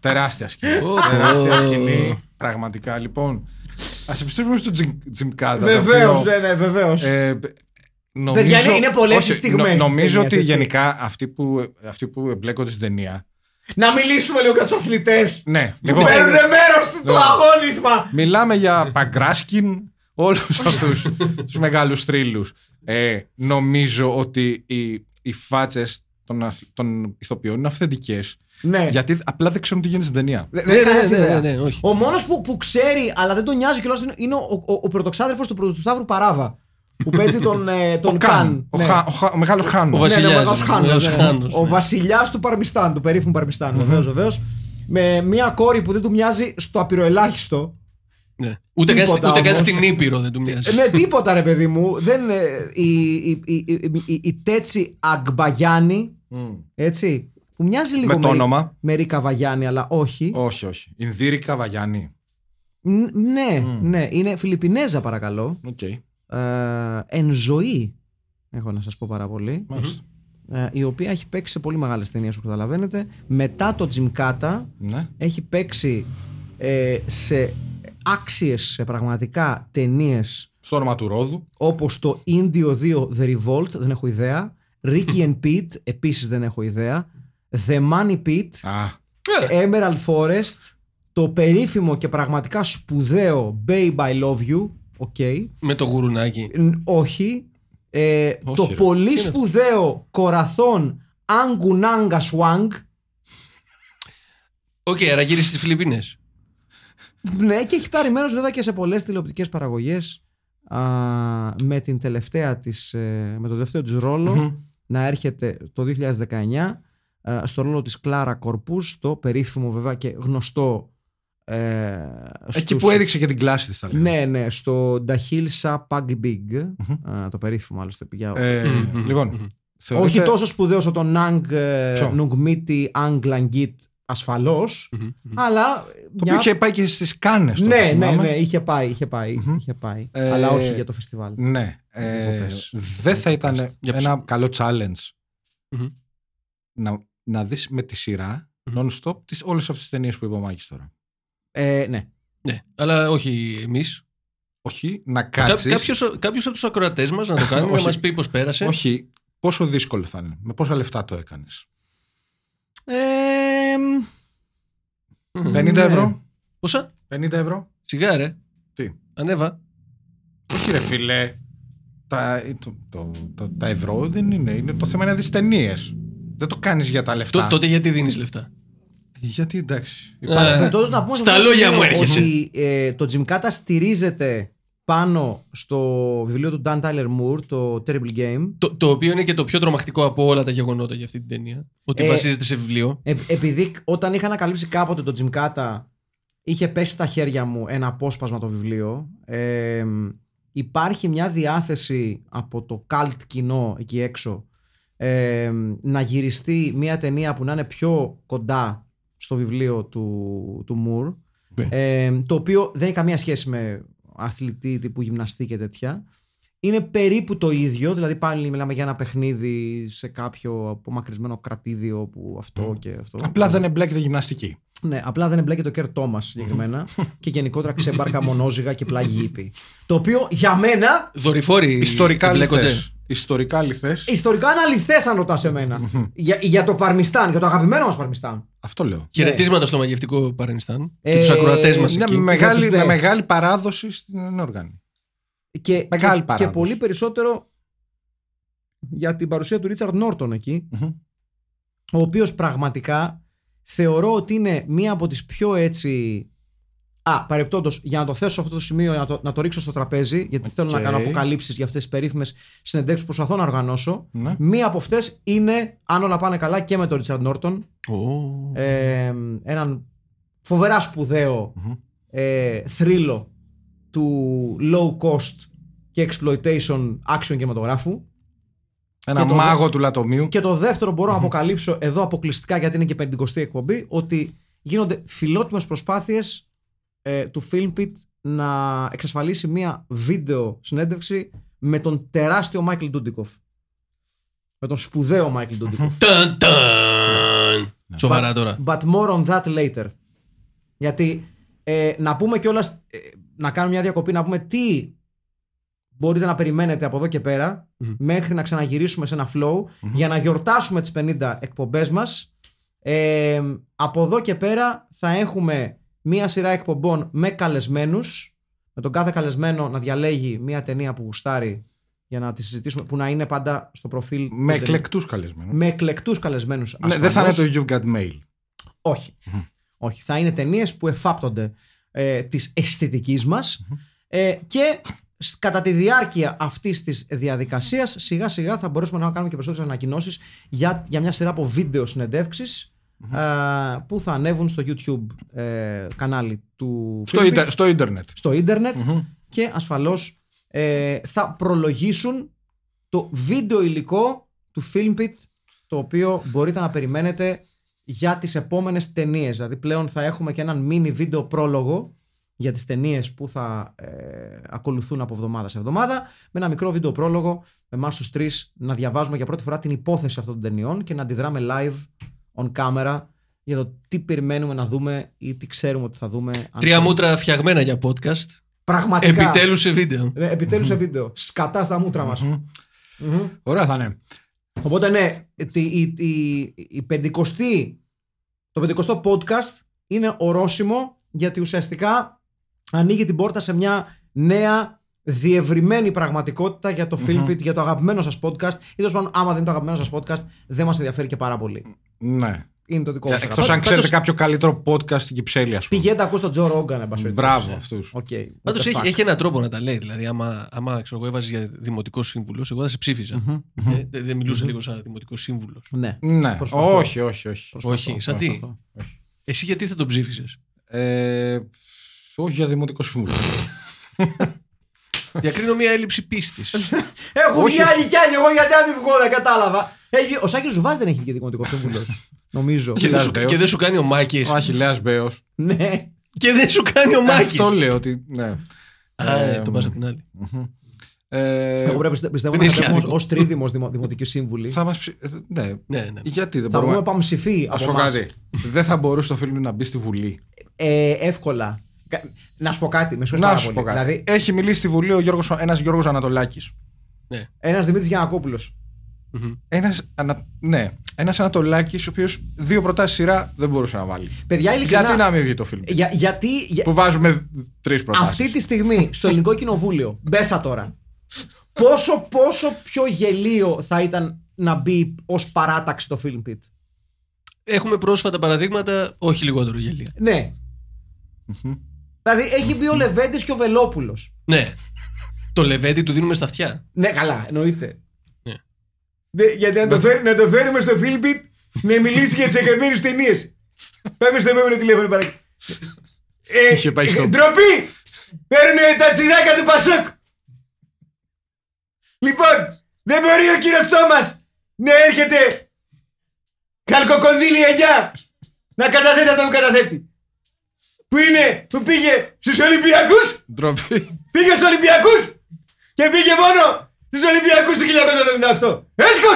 Τεράστια σκηνή.
Ω,
τεράστια
πω.
σκηνή. Πραγματικά. Λοιπόν, ας επιστρέψουμε στο Τζιμ- Τζιμκάτα. το
Βεβαίως,
οποίο,
ναι, ναι, βεβαίως.
Ε, νομίζω,
Παιδιά, είναι- είναι πολλές οι
όχι,
στιγμές της
νομίζω
ταινίας,
ότι
έτσι.
γενικά αυτοί που, αυτοί που εμπλέκονται στην ταινία.
Να μιλήσουμε λίγο για τους αθλητές.
Ναι,
Λοιπόν,
λοιπόν.
Παίρνουν μέρο στο
Λοιπόν.
αγώνισμα.
Μιλάμε για Παγκράσκιν, όλους αυτούς τους μεγάλους θρύλους. Ε, νομίζω ότι οι, οι φάτσες των, αθ- των ηθοποιών είναι αυθεντικές.
Ναι.
Γιατί απλά δεν ξέρουν τι γίνεται στην ταινία.
Δεν έχει
ναι,
κανένας
ναι,
ιδέα.
ναι, ναι, όχι.
Ο μόνος που, που ξέρει, αλλά δεν τον νοιάζει κιόλας είναι ο, ο, ο πρωτοξάδερφος του, πρω- του Σταύρου Παράβα. που παίζει τον, ε, τον
Ο
Καν.
Καν. Ο,
ναι.
Χα- ο Χα- ο μεγάλο Χάν.
Ο Βασιλιάς,
Ναι, ναι, ο μεγάλος
ο
Χάνος,
μεγάλος
ναι.
Χάνος,
Ο
ναι.
βασιλιάς του Παρμιστάν, του περίφημου Παρμιστάν, βεβαίως, βεβαίως. Με μια κόρη που δεν του μοιάζει στο απειροελάχιστο.
Ναι. Ούτε, καν,
Τίποτα
ούτε καν
όμως.
στην Ήπειρο δεν του μοιάζει.
Ε, ναι, τίποτα ρε παιδί μου. Δεν, ε, η, η, η, η, η- η Τέτση Αγμπαγιάννη, έτσι, που μοιάζει λίγο
Με το όνομα.
με Ρίκα Βαγιάννη, αλλά όχι.
Όχι, όχι. Ινδύρικα Βαγιάννη.
Ν- Ναι, ναι, είναι Φιλιππινέζα παρακαλώ.
Οκ.
Ε, εν ζωή, έχω να σας πω πάρα πολύ.
Μάλιστα.
ε, η οποία έχει παίξει σε πολύ μεγάλες ταινίες, όπως καταλαβαίνετε. Μετά το Τζιμκάτα,
Ναι.
έχει παίξει ε, σε άξιες σε πραγματικά ταινίες
Στο όνομα του Ρόδου.
όπως το Indio 2 The Revolt, δεν έχω ιδέα. Ricky and Pete, επίσης δεν έχω ιδέα. The Money Pit,
Α,
Ε,
Emerald Forest, το περίφημο και πραγματικά σπουδαίο Babe I Love You, οκ.
με το γουρουνάκι.
Ν- όχι. Ε,
Όχι,
το
ρε.
πολύ σπουδαίο κοραθόν Angunanga Swang,
Οκ, άρα γύρισε στις Φιλιππίνες.
Ναι, και έχει πάρει μέρος βέβαια και σε πολλές τηλεοπτικές παραγωγές α, με, την τελευταία της, ε, με το τελευταίο της ρόλο να έρχεται το 2019 ε, στο ρόλο της Κλάρα Κορπούς το περίφημο βέβαια και γνωστό ε,
εκεί
στους-
που έδειξε και την κλάση της, θα λέγαμε.
ναι, ναι, στο Νταχίλσα Παγκ Μπιγκ. Το περίφημο άλλωστε πηγαίνει.
Ε, Λοιπόν.
Όχι
θεωρείται-
τόσο σπουδαίος όσο τον Ναγκ
Ποιο?
Νουγκμίτι Αγγ Λαγκίτ ασφαλώ, αλλά.
Το οποίο είχε πάει και στις Κάνες.
Ναι, ναι, ναι, είχε πάει, είχε πάει, είχε πάει.
Ε,
Αλλά όχι για το φεστιβάλ.
Ναι.
το
Ε,
πες.
δεν θα ήταν
Για
ένα
ποιο-
καλό challenge
Μμμ.
να, να δεις με τη σειρά
Μμμ.
non-stop τις, όλες αυτές τις ταινίες που είπε ο Μάκης τώρα.
Ε, ναι.
Ναι, αλλά όχι εμείς.
Όχι, να κάτσεις...
Κάποιος από τους ακροατές μας να το κάνει, να
Όχι.
μας πει πώς πέρασε.
Όχι, πόσο δύσκολο θα είναι. Με πόσα λεφτά το έκανες.
Ε, μ,
50
Ναι.
ευρώ.
Πόσα?
50 ευρώ.
Σιγά, ρε.
Τι.
Ανέβα.
Όχι ρε φίλε. Τα, το, το, το- τα ευρώ δεν είναι. είναι το θέμα είναι να δεις ταινίες. Δεν το κάνεις για τα λεφτά.
Τ- τότε γιατί δίνεις λεφτά.
Γιατί εντάξει.
Ε,
Παρεμπιπτόντως να πούμε σε
στα
αυτό το
λόγια
σημείο
μου έρχεσαι.
Ότι ε, το Τζιμκάτα στηρίζεται πάνω στο βιβλίο του Dan Tyler Moore, το Terrible Game.
Το, το οποίο είναι και το πιο τρομακτικό από όλα τα γεγονότα για αυτή την ταινία. Ότι
Ε,
βασίζεται σε βιβλίο.
Ε, επειδή όταν είχα ανακαλύψει κάποτε το Τζιμκάτα, είχε πέσει στα χέρια μου ένα απόσπασμα το βιβλίο. Ε, υπάρχει μια διάθεση από το cult κοινό εκεί έξω ε, να γυριστεί μια ταινία που να είναι πιο κοντά στο βιβλίο του, του Μουρ.
Ναι.
Ε, το οποίο δεν έχει καμία σχέση με αθλητή τύπου γυμναστή και τέτοια. Είναι περίπου το ίδιο, δηλαδή πάλι μιλάμε για ένα παιχνίδι σε κάποιο απομακρυσμένο κρατήδιο που αυτό και αυτό.
Απλά δεν εμπλέκεται γυμναστική.
Ναι, απλά δεν εμπλέκεται ο Κέρ Τόμας συγκεκριμένα και γενικότερα ξεμπάρκα μονόζυγα και πλάγι ύπη. Το οποίο για μένα
Δορυφόροι
Ιστορικά
Ε, εμπλέκονται.
αληθές. Ιστορικά αληθές.
ιστορικά είναι αληθές αν ρωτάς εμένα. για, για το Παρμιστάν, για το αγαπημένο μας Παρμιστάν.
Αυτό λέω.
Χαιρετίσματα στο μαγευτικό Παρενιστάν
Ναι. Ε,
και τους ακροατές μας.
ναι,
Μια
εκεί.
μεγάλη,
Ναι.
με μεγάλη παράδοση στην όργανη.
Και,
Μεγάλη
και, και
παράδοση.
πολύ περισσότερο για την παρουσία του Ρίτσαρντ Νόρτον εκεί,
Μμμ.
ο οποίος πραγματικά θεωρώ ότι είναι μία από τις πιο έτσι... Α, παρεπτόντως, για να το θέσω αυτό το σημείο, να το, να το ρίξω στο τραπέζι, γιατί θέλω να
Οκ.
κάνω αποκαλύψεις για αυτές τις περίφημες συνεντέξεις που προσπαθώ να οργανώσω.
Ναι.
Μία από αυτές είναι, αν όλα πάνε καλά, και με τον Ρίτσαρντ Νόρτον,
Ω.
ε, έναν φοβερά σπουδαίο, ε, θρύλο του low cost και exploitation action κινηματογράφου.
Ένα
Και το-
μάγο του λατομείου.
Και το δεύτερο μπορώ να αποκαλύψω εδώ αποκλειστικά γιατί είναι και 50η εκπομπή ότι γίνονται φιλότιμες προσπάθειες ε, του Filmpit να εξασφαλίσει μία βίντεο συνέντευξη με τον τεράστιο Μάικλ Ντούντικοφ. Με τον σπουδαίο Μάικλ Ντούντικοφ.
Ταν,
Ναι.
ταν. Ναι. Σοβαρά τώρα.
But more on that later. Γιατί ε, να πούμε κιόλας, να κάνουμε μια διακοπή, να πούμε τι μπορείτε να περιμένετε από εδώ και πέρα μέχρι να ξαναγυρίσουμε σε ένα flow για να γιορτάσουμε τις 50 εκπομπές μας. Ε, από εδώ και πέρα θα έχουμε μία σειρά εκπομπών με καλεσμένους με τον κάθε καλεσμένο να διαλέγει μία ταινία που γουστάρει για να τη συζητήσουμε που να είναι πάντα στο προφίλ
Με
του τελε-
εκλεκτούς καλεσμένους.
με εκλεκτούς καλεσμένους
Ναι, δεν θα είναι
ασφαλώς.
το You've Got Mail.
Όχι. Όχι. Θα είναι ταινίες που εφάπτονται ε, της αισθητικής μας. Ε, και σ- κατά τη διάρκεια αυτής της διαδικασίας, σιγά σιγά θα μπορέσουμε να κάνουμε και περισσότερες ανακοινώσεις για, για μια σειρά από βίντεο συνεντεύξεις, ε, που θα ανέβουν στο YouTube ε, κανάλι του
Στο,
Philippines,
ίντερ- στο ίντερνετ.
στο ίντερνετ και ασφαλώς ε, θα προλογίσουν το βίντεο υλικό του Filmpit το οποίο μπορείτε να περιμένετε για τις επόμενες ταινίες. Δηλαδή πλέον θα έχουμε και έναν mini βίντεο πρόλογο για τις ταινίες που θα ε, ακολουθούν από εβδομάδα σε εβδομάδα με ένα μικρό βίντεο πρόλογο με εμάς τους τρεις να διαβάζουμε για πρώτη φορά την υπόθεση αυτών των ταινιών και να αντιδράμε live on camera για το τι περιμένουμε να δούμε ή τι ξέρουμε ότι θα δούμε. αν
Τρία
θα-
μούτρα φτιαγμένα για podcast.
Πραγματικά.
Επιτέλους σε βίντεο.
Ρε, Ναι, επιτέλους σε βίντεο. Σκατά στα μούτρα μας.
Ωραία θα είναι.
Οπότε ναι, τη- η, η, η πεντηκοστή, το πεντηκοστό podcast είναι ορόσημο γιατί ουσιαστικά ανοίγει την πόρτα σε μια νέα διευρυμένη πραγματικότητα για το Filmpit, για το αγαπημένο σας podcast ή τέλος πάντων άμα δεν είναι το αγαπημένο σας podcast δεν μας ενδιαφέρει και πάρα πολύ.
Ναι.
Είναι το δικό σας.
Εκτός αν
Πάντως,
ξέρετε κάποιο καλύτερο podcast στην Κυψέλη, ας πούμε.
Πηγαίνετε ακούς τον Τζο Ρόγκαν, εν πάση περιπτώσει.
Μπράβο αυτούς.
Οκ. what
Πάντως
the
έχει,
fuck.
έχει έναν τρόπο να τα λέει. Δηλαδή, άμα, άμα ξέρω, εγώ έβαζες για δημοτικός σύμβουλος, εγώ θα σε ψήφιζα. Ε, δεν δεν μιλούσε λίγο σαν δημοτικός σύμβουλος.
Ναι.
Ναι.
Προσπαθώ.
Όχι, όχι, όχι.
Όχι, σαν τι.
προσπαθώ.
Εσύ γιατί θα τον ψήφιζες.
Ε, όχι για δημοτικό σύμβουλο.
Διακρίνω μια έλλειψη πίστης.
Έχω
Όχι.
βγει άλλη κι άλλη, εγώ γιατί να μην βγω, δεν κατάλαβα. Έχει- ο Σάκης Ζουβά δεν έχει βγει δημοτικό σύμβουλος. νομίζω.
και, δεν σου,
Λάζοντας.
και δεν σου κάνει ο Μάκης.
Ο Αχηλέα Μπέος.
ναι.
και δεν σου κάνει ο Μάκης.
Αυτό λέω ότι. Ναι.
Α, ε, το πας απ' την άλλη.
Ε,
Εγώ πρέπει, πιστε- πιστεύω
δεν
να
έχει
κατέβουμε
άδικος.
ως τρίδημο δημοτική σύμβουλη.
θα μας ψη- Ναι.
Ναι, ναι.
Γιατί δεν
Θα
μπορούμε.
βγούμε παμψηφί
Ας
από
πω
εμάς.
κάτι. δεν θα μπορούσε το φίλο να μπει στη Βουλή.
Ε, εύκολα. Κα- Να σου πω κάτι, με συγχωρείς
Να
πάρα
σου
πολύ.
πω κάτι.
Δηλαδή,
Έχει μιλήσει στη Βουλή ο Γιώργος, ένας Γιώργος Ανατολάκης.
ναι.
ένας Δημήτρης Γιανακόπουλος.
Ένας, ανα, ναι, ένας Ανατολάκης ο οποίος δύο προτάσεις σειρά δεν μπορούσε να βάλει.
Παιδιά, ειλικρινά.
Γιατί να μην βγει το φιλμ.
για- γιατί. για-
Που βάζουμε τρεις προτάσεις.
αυτή τη στιγμή στο ελληνικό κοινοβούλιο, μπέσα τώρα. Πόσο, πόσο πιο γελίο θα ήταν να μπει ως παράταξη το Film Pit.
Έχουμε πρόσφατα παραδείγματα, όχι λιγότερο γελία.
Ναι. Δηλαδή έχει μπει ο Λεβέντης και ο Βελόπουλος.
Ναι. το λεβέντι του δίνουμε στα αυτιά.
Ναι, καλά, εννοείται.
Ναι.
Δε- γιατί να το, φέρ- να το φέρουμε στο Φίλμπιτ να μιλήσει για τι εκκρεμμένε ταινίες. Πάμε στο επόμενο τηλέφωνο, παρακαλώ. Ε,
Είχε πάει στο-
Ντροπή! Παίρνουν τα τσιζάκια του Πασόκ! Λοιπόν, δεν μπορεί ο κύριος Τόμας να έρχεται χαλκοκονδύλι 9 να καταθέτει αυτό που καταθέτει. Που είναι, που πήγε στους Ολυμπιακούς
Ντροπή.
Πήγε στους Ολυμπιακούς και πήγε μόνο στους Ολυμπιακούς του 1978. Έσκο!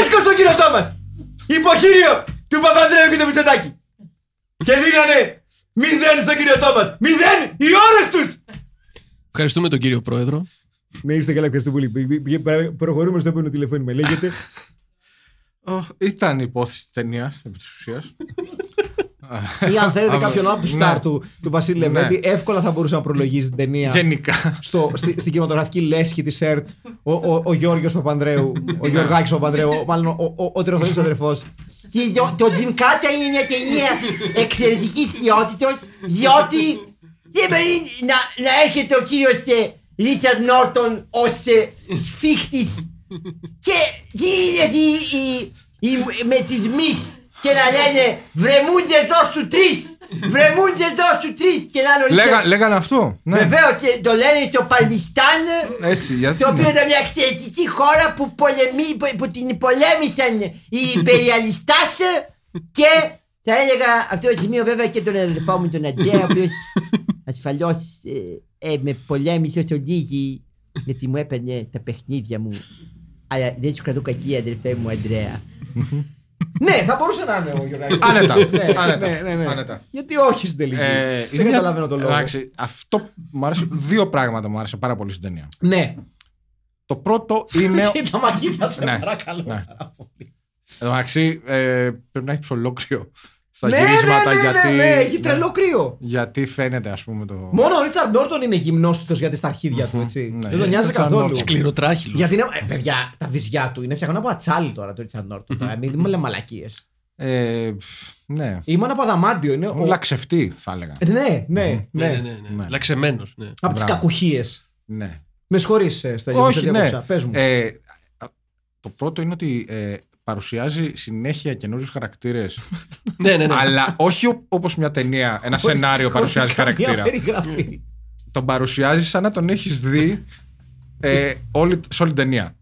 Έσκο τον κύριο Τόμα! Υποχείριο του Παπανδρέου και του Μητσοτάκη. Και δίνανε μηδέν στον κύριο Τόμα. Μηδέν οι ώρες τους!
Ευχαριστούμε τον κύριο Πρόεδρο.
Ναι, είστε καλά, ευχαριστώ πολύ. Προχωρούμε στο επόμενο τηλεφώνημα. Λέγεται.
Ω, Ήταν η υπόθεση της ταινίας, επί της ουσίας.
Ή αν θέλετε
Α,
κάποιον άλλο από τους
ναι.
στάρ του, του Βασίλη Λεβέντη, εύκολα θα μπορούσε να προλογίζει την ταινία.
Γενικά.
στο, στη- στην κινηματογραφική λέσχη της ΕΡΤ ο, ο, ο Γιώργος Παπανδρέου, ο Γιωργάκης Παπανδρέου, ο- μάλλον ο, ο, ο τρεοφανής αδερφός. Ναι. Και το- Το Jim Carter είναι μια ταινία εξαιρετικής ποιότητας, διότι δεν μπορεί να, να έρχεται ο κύριος ε, Ρίτσαρντ Νόρτον ως ε, σφίχτης και γίνεται η, η, η, με τις μυς και να λένε «Βρεμούντες δώσου τρεις, βρεμούντες δώσου τρεις» και να είναι ο Ρίτσαρντ
Λέγα, λέγανε αυτό. Ναι.
Βεβαίως και το λένε στο Παλμιστάν,
Έτσι, γιατί
το οποίο
ναι.
ήταν μια εξαιρετική χώρα που, πολεμεί, που- που την πολέμησαν οι υπεριαλιστάς και θα έλεγα αυτό το σημείο βέβαια και τον αδελφό μου τον Αντρέα, ο οποίος ασφαλώς ε, ε, με πολέμησε όσο λίγη γιατί μου έπαιρνε τα παιχνίδια μου. Αλλά δεν σου κρατώ κακή αδελφέ μου Αντρέα. ναι, θα μπορούσε να είναι ο Γιωργάκης.
Άνετα.
ναι, ναι, ναι.
Άνετα. Άνετα.
Γιατί όχι στην τελική.
Ε, είναι
δεν
μια-
καταλαβαίνω το λόγο.
Εντάξει, αυτό μου άρεσε. Δύο πράγματα μου άρεσε πάρα πολύ στην ταινία.
Ναι.
Το πρώτο είναι.
Κοίτα, μα κοίτα, σε
Ναι,
παρακαλώ.
ναι.
πάρα πολύ.
Εντάξει, ε, πρέπει να έχεις ψολόκριο στα
Ναι, ναι,
γυρίσματα
ναι,
γιατί.
ναι, ναι, έχει τρελό κρύο.
Γιατί φαίνεται, ας πούμε, το.
Μόνο ο Ρίτσαρντ Νόρτον είναι γυμνόστιτο γιατί στα αρχίδια του, έτσι.
Ναι.
Δεν τον νοιάζει
Ρίτσαρντ
καθόλου.
Νόρτον.
Σκληροτράχυλος.
Γιατί είναι. ε, παιδιά, τα βυζιά του είναι φτιαγμένα από ατσάλι τώρα το Ρίτσαρντ Νόρτον. Τώρα, Μην μην ε, λέμε μαλακίες.
Ε, ναι.
Ήμουν από αδαμάντιο. Είναι ο...
Όλα ξεφτή, θα έλεγα.
Ε, Ναι, ναι,
Ναι,
ναι.
ναι, ναι. ναι. Λαξεμένος, ναι.
Από τις
Μπράβο.
κακουχίες.
Ναι.
Με συγχωρείς, Στέλιο. που σε
Όχι, ναι.
διάκοψα. Πες μου.
Ε, το πρώτο είναι ότι ε, παρουσιάζει συνέχεια καινούριους χαρακτήρες.
ναι, ναι, ναι.
αλλά όχι όπως μια ταινία, ένα σενάριο
Χωρίς
παρουσιάζει
καμία
χαρακτήρα.
περιγραφή.
Τον παρουσιάζει σαν να τον έχεις δει ε, όλη, σε όλη την ταινία.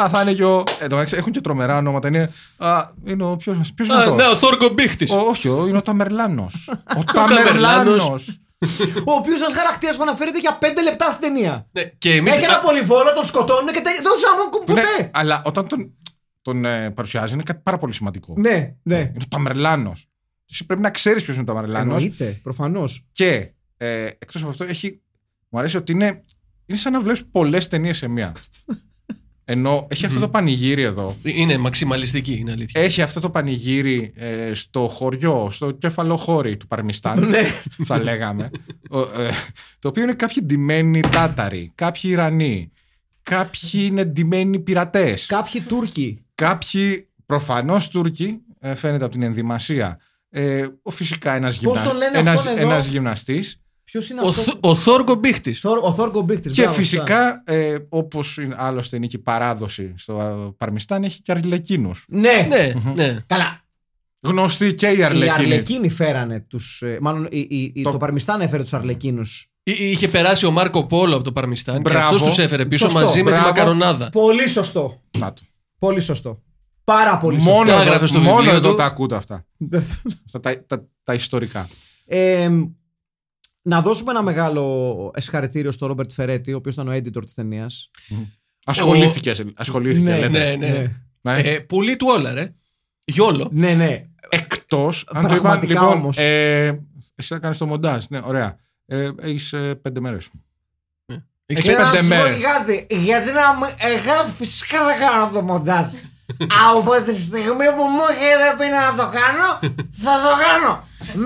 Α, θα είναι και ο. Εν τω μεταξύ, έχουν και τρομερά ονόματα. Είναι. Α, είναι ο. Ποιος είναι
Α,
αυτός.
ναι, ο Θόρκο Μπίχτης.
Ο- όχι, ο- είναι ο Ταμερλάνος. ο Ταμερλάνο.
Ο οποίος ως χαρακτήρας που αναφέρεται για 5 λεπτά στην ταινία.
Ναι, και εμείς...
Έχει ένα πολυβόλο, τον σκοτώνουν και τε- δεν τον ξαναμούν
Ναι.
κου- ποτέ.
αλλά όταν τον, τον ε, παρουσιάζει είναι κάτι πάρα πολύ σημαντικό.
Ναι, ναι.
Είναι ο Ταμερλάνο. Εσύ πρέπει να ξέρεις ποιος είναι ο Ταμερλάνο.
Εννοείται, προφανώς.
Και ε, εκτός από αυτό, έχει, μου αρέσει ότι είναι, είναι σαν να βλέπεις πολλές ταινίες σε μία. Ενώ έχει αυτό το πανηγύρι εδώ.
Είναι μαξιμαλιστική, είναι αλήθεια.
Έχει αυτό το πανηγύρι ε, στο χωριό, στο κεφαλό χώρι του Παρμιστάν,
Ναι.
θα λέγαμε. Ο, ε, το οποίο είναι κάποιοι ντυμένοι Τάταροι, κάποιοι Ιρανοί, κάποιοι είναι ντυμένοι πειρατές.
Κάποιοι Τούρκοι.
Κάποιοι προφανώς Τούρκοι, ε, φαίνεται από την ενδυμασία. Ε, ο- φυσικά ένας
Πώς το λένε αυτόν εδώ?
γυμναστής.
Ποιος είναι
Ο,
αυτό.
Θ- ο Θόρκο Μπίχτης.
Θόρ- Ο Θόρκο Μπίχτης.
Και φυσικά, ε, όπως άλλωστε είναι και η παράδοση στο Παρμιστάν, έχει και αρλεκίνους.
Ναι.
Ναι, ναι.
Καλά.
Γνωστοί και οι
Οι
αρλεκίνοι.
Αρλεκίνοι φέρανε τους. Μάλλον οι- οι- οι-
Το-
το Παρμιστάν έφερε τους Αρλεκίνους.
Εί- Είχε περάσει ο Μάρκο Πόλο από το Παρμιστάν και
Μπράβο.
αυτός τους έφερε πίσω
Σωστό.
μαζί με τη
Μπράβο.
μακαρονάδα.
Πολύ σωστό.
Να το.
Πολύ σωστό. Πάρα πολύ σωστό.
Μόνο,
Τα έγραφε
εδώ,
στο
μόνο
βιβλίο
εδώ
του.
τα ακούτε αυτά. αυτά τα, τα, τα ιστορικά.
Ε, να δώσουμε ένα μεγάλο ευχαριστήριο στο Ρόμπερτ Φερέτη, ο οποίος ήταν ο editor της ταινίας.
Ασχολήθηκε, ασχολήθηκε
Ναι,
λέτε.
Ναι, ναι.
Ναι.
Ε, πουλή του όλα, ρε. Γιόλο.
Ναι, ναι.
Εκτός αν το είπαν.
Πραγματικά
Λοιπόν,
όμως.
ε, εσύ θα κάνεις το μοντάζ. Ναι, ωραία. Ε, έχεις πέντε μέρες.
Ε, Έχεις
Και
πέντε-
πέντε
να σου πω
μέρες.
και κάτι. Γιατί να μου. Εγώ φυσικά θα κάνω το μοντάζ. Από τη στιγμή που μου είχε πει να το κάνω, θα το κάνω.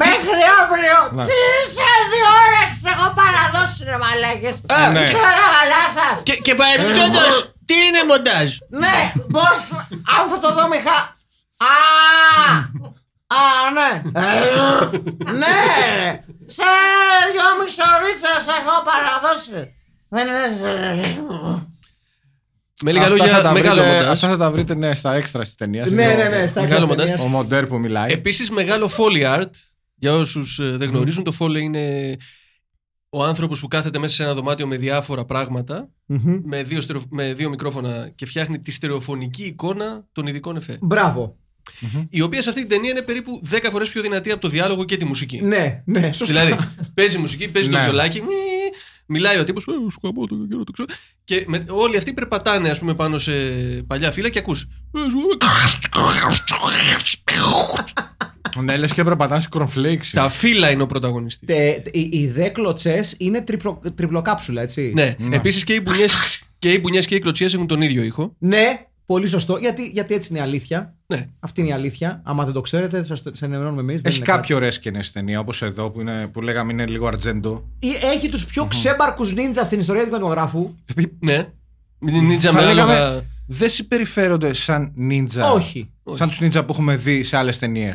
Μέχρι αύριο,
Ναι.
τρει σε δύο ώρες έχω παραδώσει ρε μαλάκες.
Α,
ναι.
Είστε μεγάλα σας.
Και, και παρεμπιπτόντως, τι είναι μοντάζ.
Ναι, πώς αυτό το μηχά. Α! Α, ναι. ναι, ρε. σε δυο μισορίτσες έχω παραδώσει. Δεν είναι-
Με λίγα
Αυτά θα
λόγια,
τα
μεγάλο
βρείτε-
μοντάζ.
Αυτά θα τα βρείτε ναι, στα έξτρα τη ταινία.
Ναι, ναι, ναι, στα
Μεγάλο
έξω
μοντάζ. Ε,
ταινίας.
Ο Μοντέρ που μιλάει.
Επίσης μεγάλο foley art. Για όσους ε, δεν γνωρίζουν, το foley είναι ο άνθρωπος που κάθεται μέσα σε ένα δωμάτιο με διάφορα πράγματα, με δύο, στερεο- με δύο μικρόφωνα και φτιάχνει τη στερεοφωνική εικόνα των ειδικών εφέ.
Μπράβο.
Η οποία σε αυτή την ταινία είναι περίπου 10 φορές πιο δυνατή από το διάλογο και τη μουσική.
Ναι, ναι.
Δηλαδή, παίζει μουσική, παίζει το
Ναι.
βιολάκι, μη, μιλάει ο τύπος. Ε, σου καμώ το καιρό, το ξέρω. Και με, όλοι αυτοί περπατάνε, ας πούμε, πάνω σε παλιά φύλλα και «Ε, ακού.
Ναι, λες και περπατάνε σε κορνφλέξ.
Τα φύλλα είναι ο πρωταγωνιστής.
Τε- τε- Οι οι Ε, δε κλωτσές είναι τριπλο- τριπλοκάψουλα, έτσι.
Ναι. Επίσης και οι μπουνιές και οι, μπουνιές και οι κλωτσιές έχουν τον ίδιο ήχο.
Ναι, πολύ σωστό. Γιατί, γιατί έτσι είναι η αλήθεια.
Ναι.
Αυτή είναι η αλήθεια. Άμα δεν το ξέρετε, σας το- σε ενημερώνουμε εμείς.
Έχει κάποιο ρέσκενε ταινία όπως εδώ που, είναι, που λέγαμε είναι λίγο αρτζέντο.
Έχει τους πιο ξέμπαρκους νίντζα στην ιστορία του κινηματογράφου.
Ναι. Νίτσα με
Θα
άλογα.
λέγαμε δεν συμπεριφέρονται σαν νίντζα.
Όχι.
Σαν τους νίντζα που έχουμε δει σε άλλες ταινίες.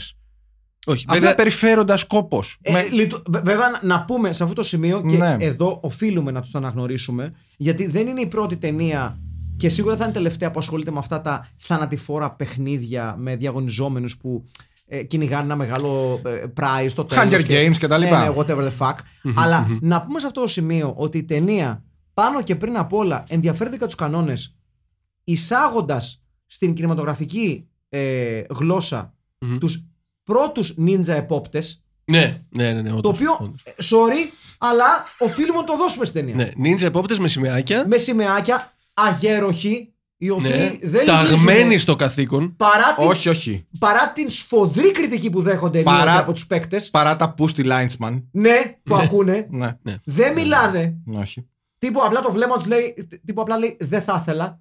Όχι,
Απλά
βέβαια.
περιφέροντας κόπο.
Ε, λειτου- βε- Βέβαια, να- να πούμε σε αυτό το σημείο και
Ναι.
εδώ οφείλουμε να τους το αναγνωρίσουμε, γιατί δεν είναι η πρώτη ταινία και σίγουρα θα είναι η τελευταία που ασχολείται με αυτά τα θανατηφόρα παιχνίδια με διαγωνιζόμενους που ε, κυνηγάνε ένα μεγάλο ε, prize στο τέλος.
Hunger Games και τα λοιπά.
Ναι, ναι, whatever the fuck. Αλλά να πούμε σε αυτό το σημείο ότι η ταινία πάνω και πριν απ' όλα ενδιαφέρεται για τους κανόνες εισάγοντας στην κινηματογραφική ε, γλώσσα τους πρώτους νίντζα επόπτες
Ναι, ναι, ναι. ναι όντως,
το οποίο,
όντως.
sorry, αλλά οφείλουμε να το δώσουμε στην ταινία.
Ναι, νίντζα επόπτες με σημαίακια.
Με σημαίακια, αγέροχοι, οι οποίοι
Ναι,
δεν λυγίζουν
ταγμένοι στο καθήκον.
παρά την,
όχι, όχι.
παρά την σφοδρή κριτική που δέχονται
Παρά-
παρά... από τους παίκτες,
Παρά τα πούστη Linesman.
ναι, που ακούνε,
Ναι,
δεν μιλάνε.
όχι.
Τύπου απλά το βλέμμα τους λέει, τύπου απλά λέει δεν θα ήθελα.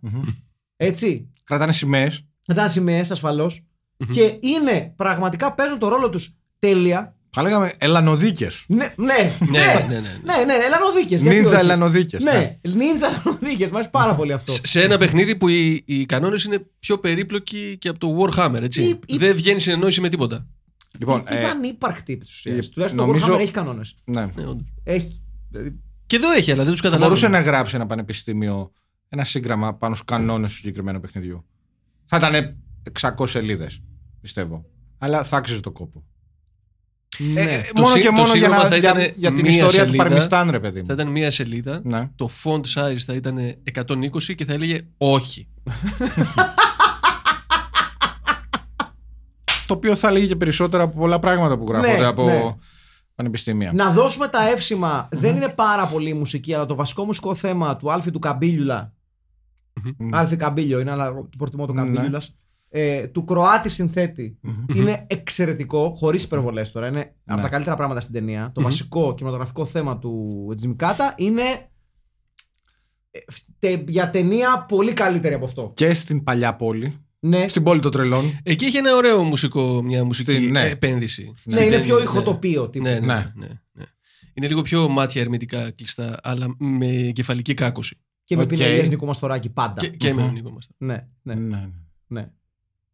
Έτσι,
Κρατάνε σημαίες.
δεν ήταν σημαίες ασφαλώς. Και είναι, πραγματικά παίζουν το ρόλο τους τέλεια.
Θα λέγαμε Ελανοδίκε.
Ναι, ναι,
Ναι,
ναι,
ναι, ναι, ναι.
ναι, ναι, ελανοδίκες, γιατί
Νίντζα
όχι.
ελανοδίκες,
Ναι,
ναι.
νίντζα ελανοδίκες, μου αρέσει πάρα πολύ αυτό.
Σε ένα παιχνίδι που οι, οι κανόνες είναι πιο περίπλοκοι και από το Warhammer, έτσι.
Ή- ή-
Δεν βγαίνει συνεννόηση με τίποτα.
Λοιπόν,
Είναι
ε,
ανύπαρκτη επί της ουσίας.
ε,
Τουλάχιστον το
νομίζω-
Warhammer έχει κανόνες.
ναι.
Ναι, όντως.
Έχει.
Και εδώ έχει, αλλά δεν τους
Θα
καταλαβαίνω.
μπορούσε να γράψει ένα πανεπιστήμιο ένα σύγγραμμα πάνω στους κανόνες του συγκεκριμένου παιχνιδιού. Θα ήταν 600 σελίδες, πιστεύω. Αλλά θα άξιζε το κόπο.
Ναι.
Ε, ε,
Το
μόνο
σύ-
και
το
μόνο για,
σύγγραμμα
να,
θα
για,
ήταν
για την
μία
ιστορία του
σελίδα.
Παρμιστάν, ρε παιδί μου.
Θα ήταν μία σελίδα.
Ναι.
Το font size θα ήταν 120 και θα έλεγε όχι.
Το οποίο θα λέγει και περισσότερα από πολλά πράγματα που γράφονται
Ναι,
από
ναι.
πανεπιστήμια.
Να δώσουμε τα εύσημα. Δεν είναι πάρα πολύ η μουσική, αλλά το βασικό μουσικό θέμα του Άλφη του Καμπίλιουλα. Άλφη Καμπίλιο είναι, αλλά το προτιμώ το
Ναι.
Καμπίλιουλα. Ε, του Κροάτη συνθέτη. είναι εξαιρετικό, χωρίς υπερβολές τώρα. Είναι
Ναι.
από τα καλύτερα πράγματα στην ταινία. Το βασικό κινηματογραφικό θέμα του Τζιμκάτα είναι. ε, τε- Για ταινία πολύ καλύτερη από αυτό.
Και στην παλιά πόλη.
Ναι,
Στην πόλη των τρελών.
Εκεί έχει ένα ωραίο μουσικό, μια μουσική
Στη- ναι.
επένδυση.
ναι
Στην
είναι
ταινία,
πιο
ναι.
ηχοτοπίο. τύπου.
Ναι, ναι, ναι,
Ναι.
ναι. Είναι λίγο πιο μάτια ερμητικά κλειστά, αλλά με κεφαλική κάκωση.
Και με
Οκ.
πινελιές Νίκο Μαστοράκη πάντα.
Και, και με τον Νίκο Μαστά.
Ναι, ναι.
ναι.
Ναι.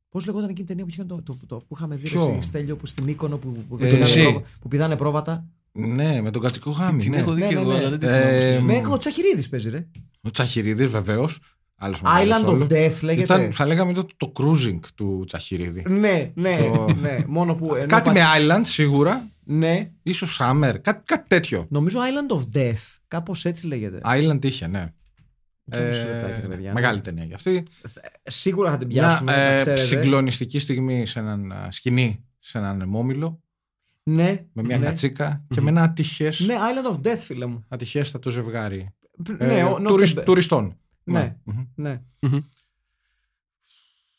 Πώς λεγόταν εκείνη η ταινία που, είχε το, το, το- που είχαμε δει
Ποιο?
εσύ, Στέλιο, που στην Μύκονο που, που,
Ε,
πηδάνε
εσύ.
πρόβα- που πηδάνε πρόβατα.
Ναι, με τον Κατσικό Γάμι.
Την
ναι.
έχω δει
Ναι,
και
ναι,
εγώ,
ναι.
αλλά δεν τη
Ε,
θυμάμαι. στην
Με
Ελλάδα.
ο Τσαχυρίδης παίζει, ρε.
Ο Τσαχυρίδης, βεβαίως. Άλλος
Island of Death λέγεται.
Ήταν, θα λέγαμε τότε το cruising του Τσαχυρίδη.
Ναι, ναι,
Το-
ναι. Μόνο που. ενώ
κάτι
πατ-
με Island σίγουρα,
Ναι.
ίσως Summer, κάτι, κάτι τέτοιο.
Νομίζω Island of Death. Κάπως έτσι λέγεται.
Island είχε, ναι. Ε,
Κάπως έτσι λέγεται, παιδιά.
μεγάλη ταινία κι αυτή.
Σίγουρα θα την πιάσουμε.
Μια, ε,
να ξέρετε.
συγκλονιστική στιγμή σε έναν α, σκηνή, σε έναν αιμόμυλο,
Ναι,
με μια
ναι.
κατσικα και με ένα ατυχές.
Ναι, Island of Death, φίλε μου.
Ατυχέστατο ζευγάρι.
Π-
ε,
ναι, ο-
τουρισ-
Νότεμπε.
τουριστών.
Ναι.
Μμμ.
ναι.
Μμμ.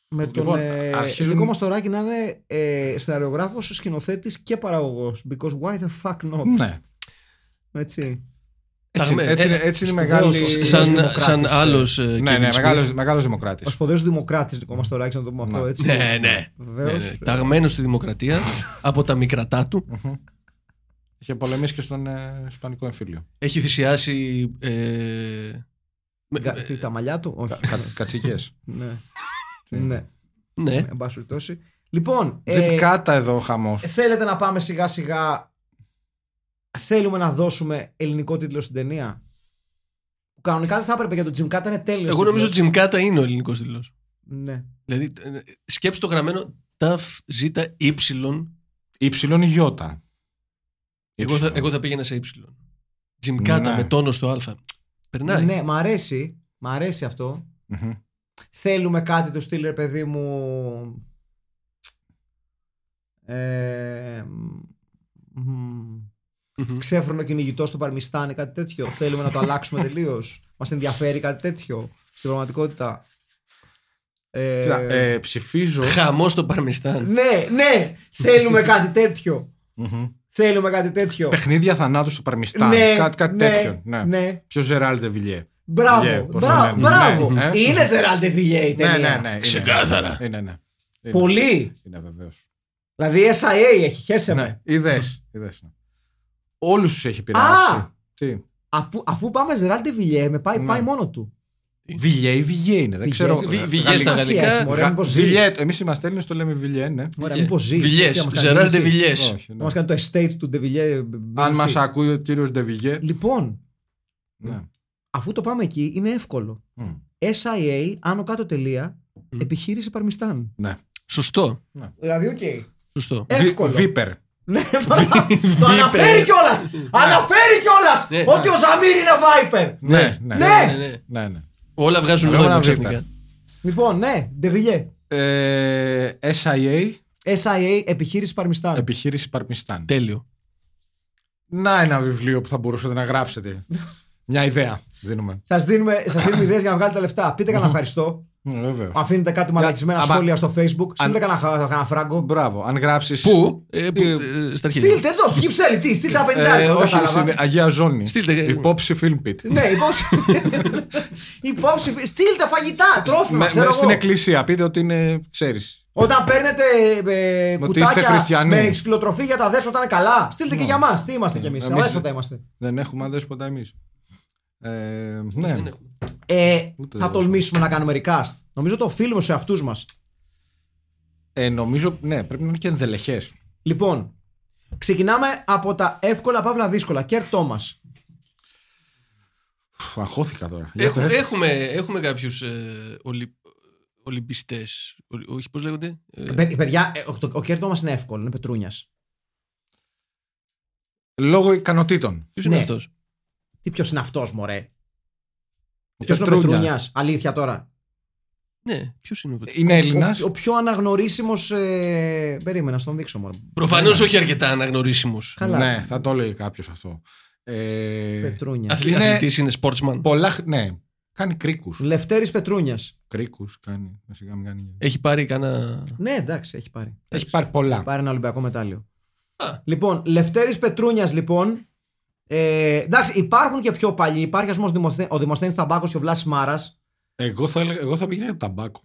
Με τον
Λοιπόν,
ε,
αρχίζουν-
Νίκο Μαστοράκη να είναι ε, σεναριογράφος, σκηνοθέτης και παραγωγός. Because why the fuck not.
Ναι.
Έτσι.
Έτσι,
Ταγμέ.
έτσι,
Ε,
είναι- έτσι είναι
σπουδαίος
μεγάλη.
ο-
Σαν,
Δημοκράτης,
σαν
ε.
άλλο.
Ναι, ναι, μεγάλος, μεγάλος
Ο
δημοκράτης.
σπουδαίος δημοκράτης Νίκο Μαστοράκης, να το πούμε αυτό
Ναι.
έτσι.
Ε, Ναι, ναι.
Βεβαίως.
Ναι, ναι. Ταγμένος στη δημοκρατία από τα μικρατά του.
Είχε πολεμήσει και στον ε, Ισπανικό εμφύλιο.
Έχει θυσιάσει. Ε, με-
Κα- τι, τα μαλλιά του, όχι.
Κατσικές.
ναι. ναι,
ναι.
εν πάση περιπτώσει. Λοιπόν, ε,
Τζιμ Κάτα εδώ χαμός.
θέλετε να πάμε σιγά σιγά. Θέλουμε να δώσουμε ελληνικό τίτλο στην ταινία. Κανονικά δεν θα έπρεπε για τον Jim Κάτα είναι τέλειος.
Εγώ νομίζω ότι Τζιμκάτα είναι ο ελληνικός τίτλος.
Ναι.
Δηλαδή, ε, σκέψου το γραμμένο ταφ ζ Y.
Υψηλόν Ιώτα.
Εγώ θα,
Υψηλόν.
εγώ θα πήγαινα σε Y. Τζιμκάτα
Ναι.
με τόνο στο Α. Περνάει.
Ναι, μ' αρέσει. Μ' αρέσει αυτό.
Μμμ.
Θέλουμε κάτι του στυλ, ρε παιδί μου. Ε, μ,
Μμμ.
ξέφρονο κυνηγητό στο Παρμιστάν ή κάτι τέτοιο. Θέλουμε να το αλλάξουμε τελείως. Μας ενδιαφέρει κάτι τέτοιο στην πραγματικότητα. Ε,
Κοίτα, ε, ψηφίζω.
Χαμό στο Παρμιστάν.
ναι, ναι, θέλουμε κάτι τέτοιο.
Μμμ.
Θέλουμε κάτι τέτοιο.
Παιχνίδια θανάτου στο Παρμιστάν. κάτι κάτι τέτοιο. Ναι.
ναι.
Πιο Ζεράλ Ντεβιλιέ.
Μπράβο,
Yeah, πώς το
μπράβο,
λένε.
μπράβο.
Ναι, ε.
Είναι Ζεράλτε Βιγέ η
Ναι,
ταινία.
ναι, ναι.
Ξεκάθαρα.
Είναι, ναι. Είναι,
Πολύ.
Είναι βεβαίως.
Δηλαδή SIA έχει, χέσε με.
Ναι, είδε. Όλους τους έχει
Α!
πειράξει. Τι.
Αφού, αφού πάμε Ζεράλτε Βιγέ, με πάει,
Ναι.
πάει μόνο του.
Βιλιέ ή Βιγιέ είναι. Δεν
Βιγέ.
ξέρω.
Βι-
Βι-
Γαλλικά-
Βιγέ στα γαλλικά.
Ωραία, μήπως ζει.
Βιλιέ. Εμεί είμαστε Έλληνε, το λέμε Βιλιέ, ναι.
Ωραία,
Βιγέ.
μήπως ζει.
Ε, Βιλιές.
Τι να μας κάνει,
Ζεράρ
ζει.
Ντεβιλιές.
Όχι,
Να
ναι.
μας κάνει το estate του Ντεβιλιέ.
Αν μας ακούει ο κύριος Ντεβιγέ.
Λοιπόν,
ναι.
αφού το πάμε εκεί, είναι εύκολο.
Μμ.
SIA, άνω κάτω τελεία, επιχείρηση Παρμιστάν.
Ναι.
Σωστό.
Δηλαδή, οκ.
Σωστό.
Εύκολο.
Βίπερ.
Ναι, το αναφέρει κιόλας! Αναφέρει
Ναι.
κιόλα! Ότι ο Ζαμίρ είναι Viper!
Ναι, ναι.
Ναι,
Ναι!
ναι.
ναι, ναι.
Όλα βγάζουν
Λέγω
νόημα
ένα
ξαφνικά.
Λοιπόν, ναι, Ντεβιλιέ.
Ε, SIA,
SIA, επιχείρηση Παρμιστάν.
επιχείρηση Παρμιστάν.
Τέλειο.
Να ένα βιβλίο που θα μπορούσατε να γράψετε. Μια ιδέα δίνουμε.
Σας δίνουμε, σας δίνουμε ιδέες για να βγάλετε τα λεφτά. Πείτε κανένα ευχαριστώ.
Ναι, Βέβαια.
Αφήνετε κάτι μαλακισμένα
άμα-
σχόλια στο Facebook. Στείλτε κανένα χα- κανένα φράγκο.
Μπράβο. Αν γράψεις.
Πού? Ε, που- ε, Στα αρχίδια.
Στείλτε εδώ, στην Κυψέλη, τι, στείλτε τα 50 δεν
Ε, όχι,
κατάλαβα. ε,
στην Αγία Ζώνη.
Στείλτε-
Υπόψη Film Pit.
Ναι, υπόψη. υπόψη. Στείλτε φαγητά, τρόφιμα,
Με-
ξέρω
με- στην
εγώ.
εκκλησία. Πείτε ότι είναι, ξέρεις,
Όταν παίρνετε ε,
Ότι είστε
κουτάκια
χριστιανοί.
με ξυλοτροφή για τα αδέσποτα είναι καλά. Στείλτε και για μας. Τι είμαστε κι εμείς.
Εμείς-
Αδέσποτα είμαστε.
Δεν έχουμε αδέσποτα εμείς. Ε, ναι.
Ε,
Ούτε
θα
εδώ.
τολμήσουμε να κάνουμε recast. Νομίζω το οφείλουμε σε αυτούς μας.
Ε, νομίζω, ναι, πρέπει να είναι και ενδελεχές.
Λοιπόν, ξεκινάμε από τα εύκολα παύλα δύσκολα. Κέρ Τόμα.
Αγχώθηκα τώρα. Για
Έχουμε,
πες.
έχουμε, έχουμε κάποιους ε, ολυ, Ολυμπιστές. Όχι, πώς λέγονται. Ε,
Παιδιά, ε, ο- το- ο Κέρ Τόμας είναι εύκολο, είναι πετρούνιας.
Λόγω ικανοτήτων.
Ποιος είναι
ναι.
αυτός.
Τι ποιος είναι αυτός, μωρέ.
Ο
Ποιος είναι ο
Ε, Πετρούνιας.
Πετρούνιας, αλήθεια τώρα.
Ναι, ποιος είναι
Ε,
ο
Είναι Έλληνας.
Ο, ο πιο αναγνωρίσιμος. Ε, περίμενα, να τον δείξω μόνο.
Προφανώ
ναι.
όχι αρκετά αναγνωρίσιμος.
Καλά. Ναι.
Ναι, θα το λέει κάποιος αυτό. Ε,
Πετρούνιας.
Αθλη,
Είναι-
Αθλητής είναι sportsman.
πολλά. χ- Ναι, κάνει κρίκους.
Λευτέρης Πετρούνιας.
Κρίκους κάνει. να σιγά μην κάνει.
Ε,
Έχει πάρει κανένα.
Ναι, εντάξει, έχει πάρει.
Έχει πάρει πολλά.
ε, Πάρει ένα Ολυμπιακό μετάλλιο.
Α.
Λοιπόν, Λευτέρης Πετρούνιας, λοιπόν. Ε, εντάξει, υπάρχουν και πιο παλιοί. Υπάρχει, ας πούμε, ο Δημοσθέ- ο Δημοσθένης Ταμπάκος και ο Βλάσης Μάρας.
Εγώ θα, έλεγα- εγώ θα πήγαινα για ταμπάκο.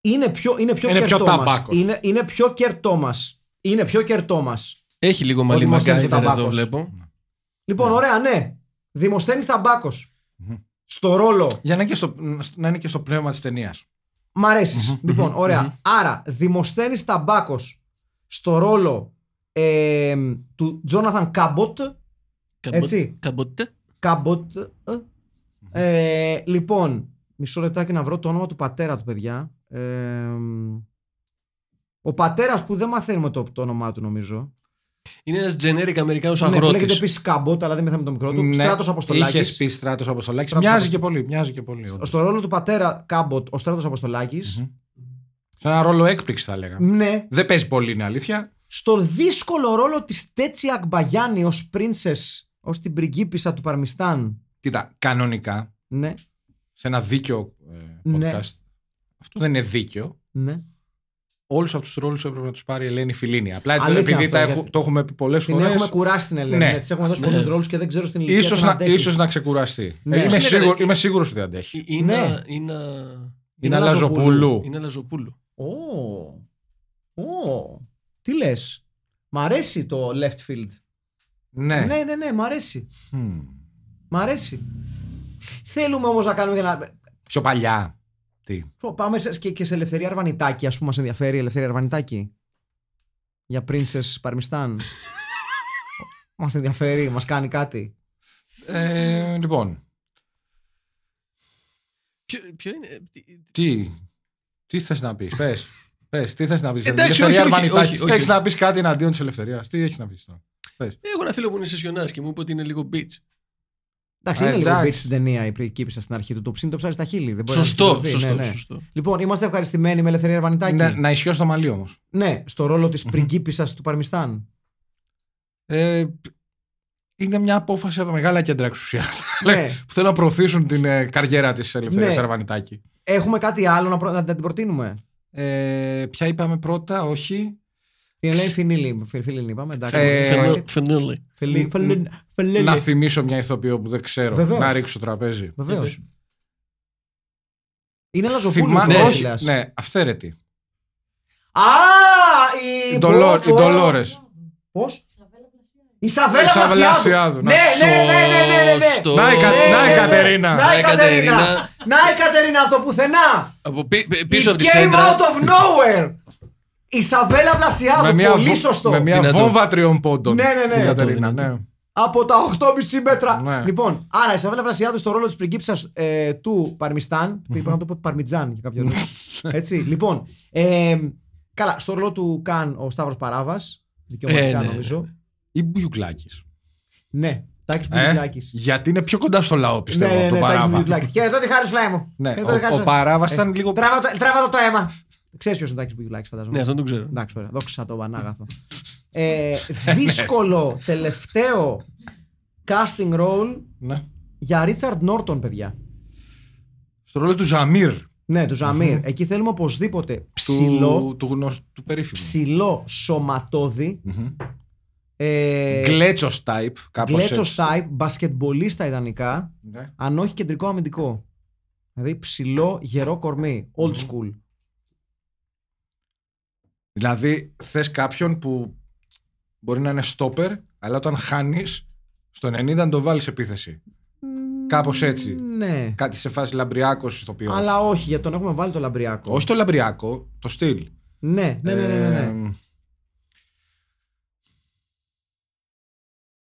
Είναι πιο, είναι πιο
Είναι πιο
κερτό μας.
ταμπάκος.
Είναι, είναι πιο κερτό μας. Είναι πιο κερτό μας.
Έχει λίγο μαλλί
Δημοσθένης ο
Μαγκάιβερ εδώ
Ταμπάκος.
βλέπω.
Λοιπόν, ωραία, ναι. Δημοσθένης Ταμπάκος. Στο ρόλο.
Για να είναι και στο, να είναι και στο πνεύμα της ταινίας.
Μ' αρεσεις Λοιπόν, ωραία. Άρα, Δημοσθένης Ταμπάκος στο ρόλο ε, του Τζόναθαν Κάμποτ.
Καμπο-
Έτσι.
Καμποτέ.
Κάμποτ. Ε, λοιπόν, μισό λεπτάκι να βρω το όνομα του πατέρα του, παιδιά. Ε, ο πατέρας που δεν μαθαίνουμε το, το όνομά του, νομίζω.
Είναι ένας generic Αμερικάνος
Ναι, που λέγεται
αγρότη.
επίσης Καμπότ, αλλά δεν μεθαμε το μικρό του. Ναι, Στράτος
Είχε
Αποστολάκη.
πει στράτος Αποστολάκης.
Στράτος
Μοιάζει
Απο-
και πολύ. Μοιάζει και πολύ. όντως.
Στο ρόλο του πατέρα Κάμποτ, ο Στράτος Αποστολάκης.
Σε ένα ρόλο έκπληξη θα λέγαμε.
Ναι.
Δεν παίζει πολύ, είναι αλήθεια.
Στο δύσκολο ρόλο της Τέτσια Ακμπαγιάννη ως princess, ως την πριγκίπισσα του Παρμιστάν.
Κοίτα, κανονικά,
Ναι,
σε ένα δίκαιο ε, podcast.
Ναι.
Αυτό δεν είναι δίκαιο.
ναι.
Όλους αυτούς τους ρόλους έπρεπε να τους πάρει η Ελένη Φιλίνη. Απλά
Αλήθεια
επειδή
αυτό,
τα έχω-
γιατί-
το έχουμε πει πολλές
Την
φορές.
έχουμε κουράσει την Ελένη.
Ναι.
Ναι. Τη έχουμε δώσει
Ναι.
πολλού ρόλους και δεν ξέρω στην ηλικία.
Ίσως
αν
να,
αντέχει.
ίσως να ξεκουραστεί.
Ναι.
Ε, είμαι,
Στην
σίγουρο,
έκανε-
είμαι σίγουρος ότι αντέχει.
Ε, Είναι.
Ναι.
Είναι.
Είναι
Λαζοπούλου.
αλαζοπούλου.
Είναι Λαζοπούλου.
Ω. Ω. Τι λες. Μ' αρέσει το left field.
Ναι.
Ναι, ναι, ναι, μ' αρέσει.
Μμμ.
Μ' αρέσει. Θέλουμε όμως να κάνουμε και ένα.
Πιο παλιά. Τι.
Ω, Πάμε σε, και, και σε ελευθερία Αρβανιτάκη, ας πούμε, μας ενδιαφέρει η ελευθερία Αρβανιτάκη. Για Princess Παρμιστάν. μας ενδιαφέρει, μας κάνει κάτι.
Ε, λοιπόν,
Ποιο- Ποιο είναι. ε, τι-
τι, τι θες να πεις, πες. πες, τι θες να πεις. για την
Εντάξει,
ελευθερία
όχι, όχι,
Αρβανιτάκη.
όχι, όχι.
Έχεις να πεις κάτι εναντίον της ελευθερίας. Τι έχεις να πεις τώρα. Πες.
Έχω ένα φίλο που είναι σεσιονά και μου είπε ότι είναι λίγο bitch.
Εντάξει,
Α,
είναι λίγο
εντάξει.
bitch στην ταινία η πρικίπισσα στην αρχή του. Το ψήνει το ψάρι στα χείλη. Δεν μπορεί να
Σωστό,
δικαιωθεί.
σωστό,
Ναι, ναι.
σωστό.
Λοιπόν, είμαστε ευχαριστημένοι με ελευθερία Αρβανιτάκη.
Να,
Ναι,
να ισιώσει το μαλλί όμως.
στο ρόλο της πριγκίπισσας του Παρμιστάν.
Ε, είναι μια απόφαση από μεγάλα κέντρα εξουσίας.
ναι.
που θέλουν να προωθήσουν την ε, καριέρα της ελευθερίας
Ναι.
Αρβανιτάκη.
Έχουμε κάτι άλλο να, προ... να την προτείνουμε.
Ε, ποια είπαμε πρώτα, όχι.
Την Ελένη Φινίλη. Φιλίνη, είπαμε. Εντάξει.
Ε,
Φενέλη- Φενέλη.
Φιλί-
ν-
Φιλί- Φιλίλη.
Να θυμίσω μια ηθοποιό που δεν ξέρω.
Βεβαίως.
Να ρίξω τραπέζι.
Βεβαίως.
Βεβαίως.
Είναι λαζοπούλου.
Θυμά-
ναι,
ναι,
λες.
ναι, αυθαίρετη.
Α, η.
Η Ντολο- η Ντολόρες.
Πώς? Η Σαβέλα
Ισαβέλα
Βλασιάδου.
Βλασιάδου,
Ναι,
ναι.
ναι, ναι, ναι, ναι, ναι, ναι.
Σωστό.
Να η Κα-
Ναι,
να η
ναι, ναι.
Κατερίνα.
Να η
Να η Κατερίνα.
Κατερίνα. Να η Κατερίνα από το πουθενά.
Από πι- πι-
It
πίσω από τη
came
σέντρα.
out of nowhere. Η Σαβέλα
Με
Βλασιάδου.
μια,
Πολύ
βο-
σωστό.
με μια
Δυνατό.
βόμβα τριών πόντων.
Ναι, ναι, ναι.
Η Κατερίνα,
Δυνατό.
ναι.
Από τα 8,5 μέτρα.
Ναι.
Λοιπόν, άρα η Σαβέλα Βρασιάδου στο ρόλο της πριγκίψα ε, του Παρμιστάν. Που είπα να το πω Παρμιτζάν για κάποιο λόγο. Έτσι. Λοιπόν. Ε, καλά, στο ρόλο του Καν ο Σταύρος Παράβας.
Ε,
Δικαιωματικά
ναι, ναι.
νομίζω.
Ή Μπουγιουκλάκη.
Ναι. Τάκης
Ε,
Μπουλιάκη.
γιατί είναι πιο κοντά στο λαό,
Ναι,
πιστεύω,
ναι,
από
ναι,
τον
Τάκης
Παράβα.
Μπουλιουκλάκη. Χαίρετο τη χάρη σου, λαϊ μου.
Ναι,
Χαιρετώ τη χάρη
ο,
σου.
ο Παράβας
Ε,
ήταν λίγο.
Τράβα το- Τράβα το το αίμα. Ξέρεις ποιος είναι ο Τάκης Μπουλιουκλάκη, φαντάζομαι.
Ναι, αυτό δεν το ξέρω.
Εντάξει, ωραία. Δόξα το Πανάγαθο. ε, δύσκολο τελευταίο casting role
Ναι.
για Ρίτσαρντ Νόρτον, παιδιά.
Στο ρόλο του Ζαμίρ.
Ναι, του Ζαμίρ. Εκεί θέλουμε οπωσδήποτε ψηλό,
Του, του γνωστού του περίφημου.
ψηλό σωματόδι. ε,
Γκλέτσος type. Κάπως
Γκλέτσος type, μπασκετμπολίστα ιδανικά,
Ναι.
αν όχι κεντρικό αμυντικό. Δηλαδή ψηλό, γερό κορμί. Old school.
Δηλαδή, θες κάποιον που μπορεί να είναι στόπερ, αλλά όταν χάνεις, στο 90 να το βάλεις επίθεση. Κάπως έτσι.
Ναι.
Κάτι σε φάση λαμπριάκος ηθοποιός.
Αλλά όχι, γιατί τον έχουμε βάλει το λαμπριακό.
Όχι το λαμπριάκο, το στυλ.
Ναι, ναι, ναι, ναι. ναι, ναι.
Ε,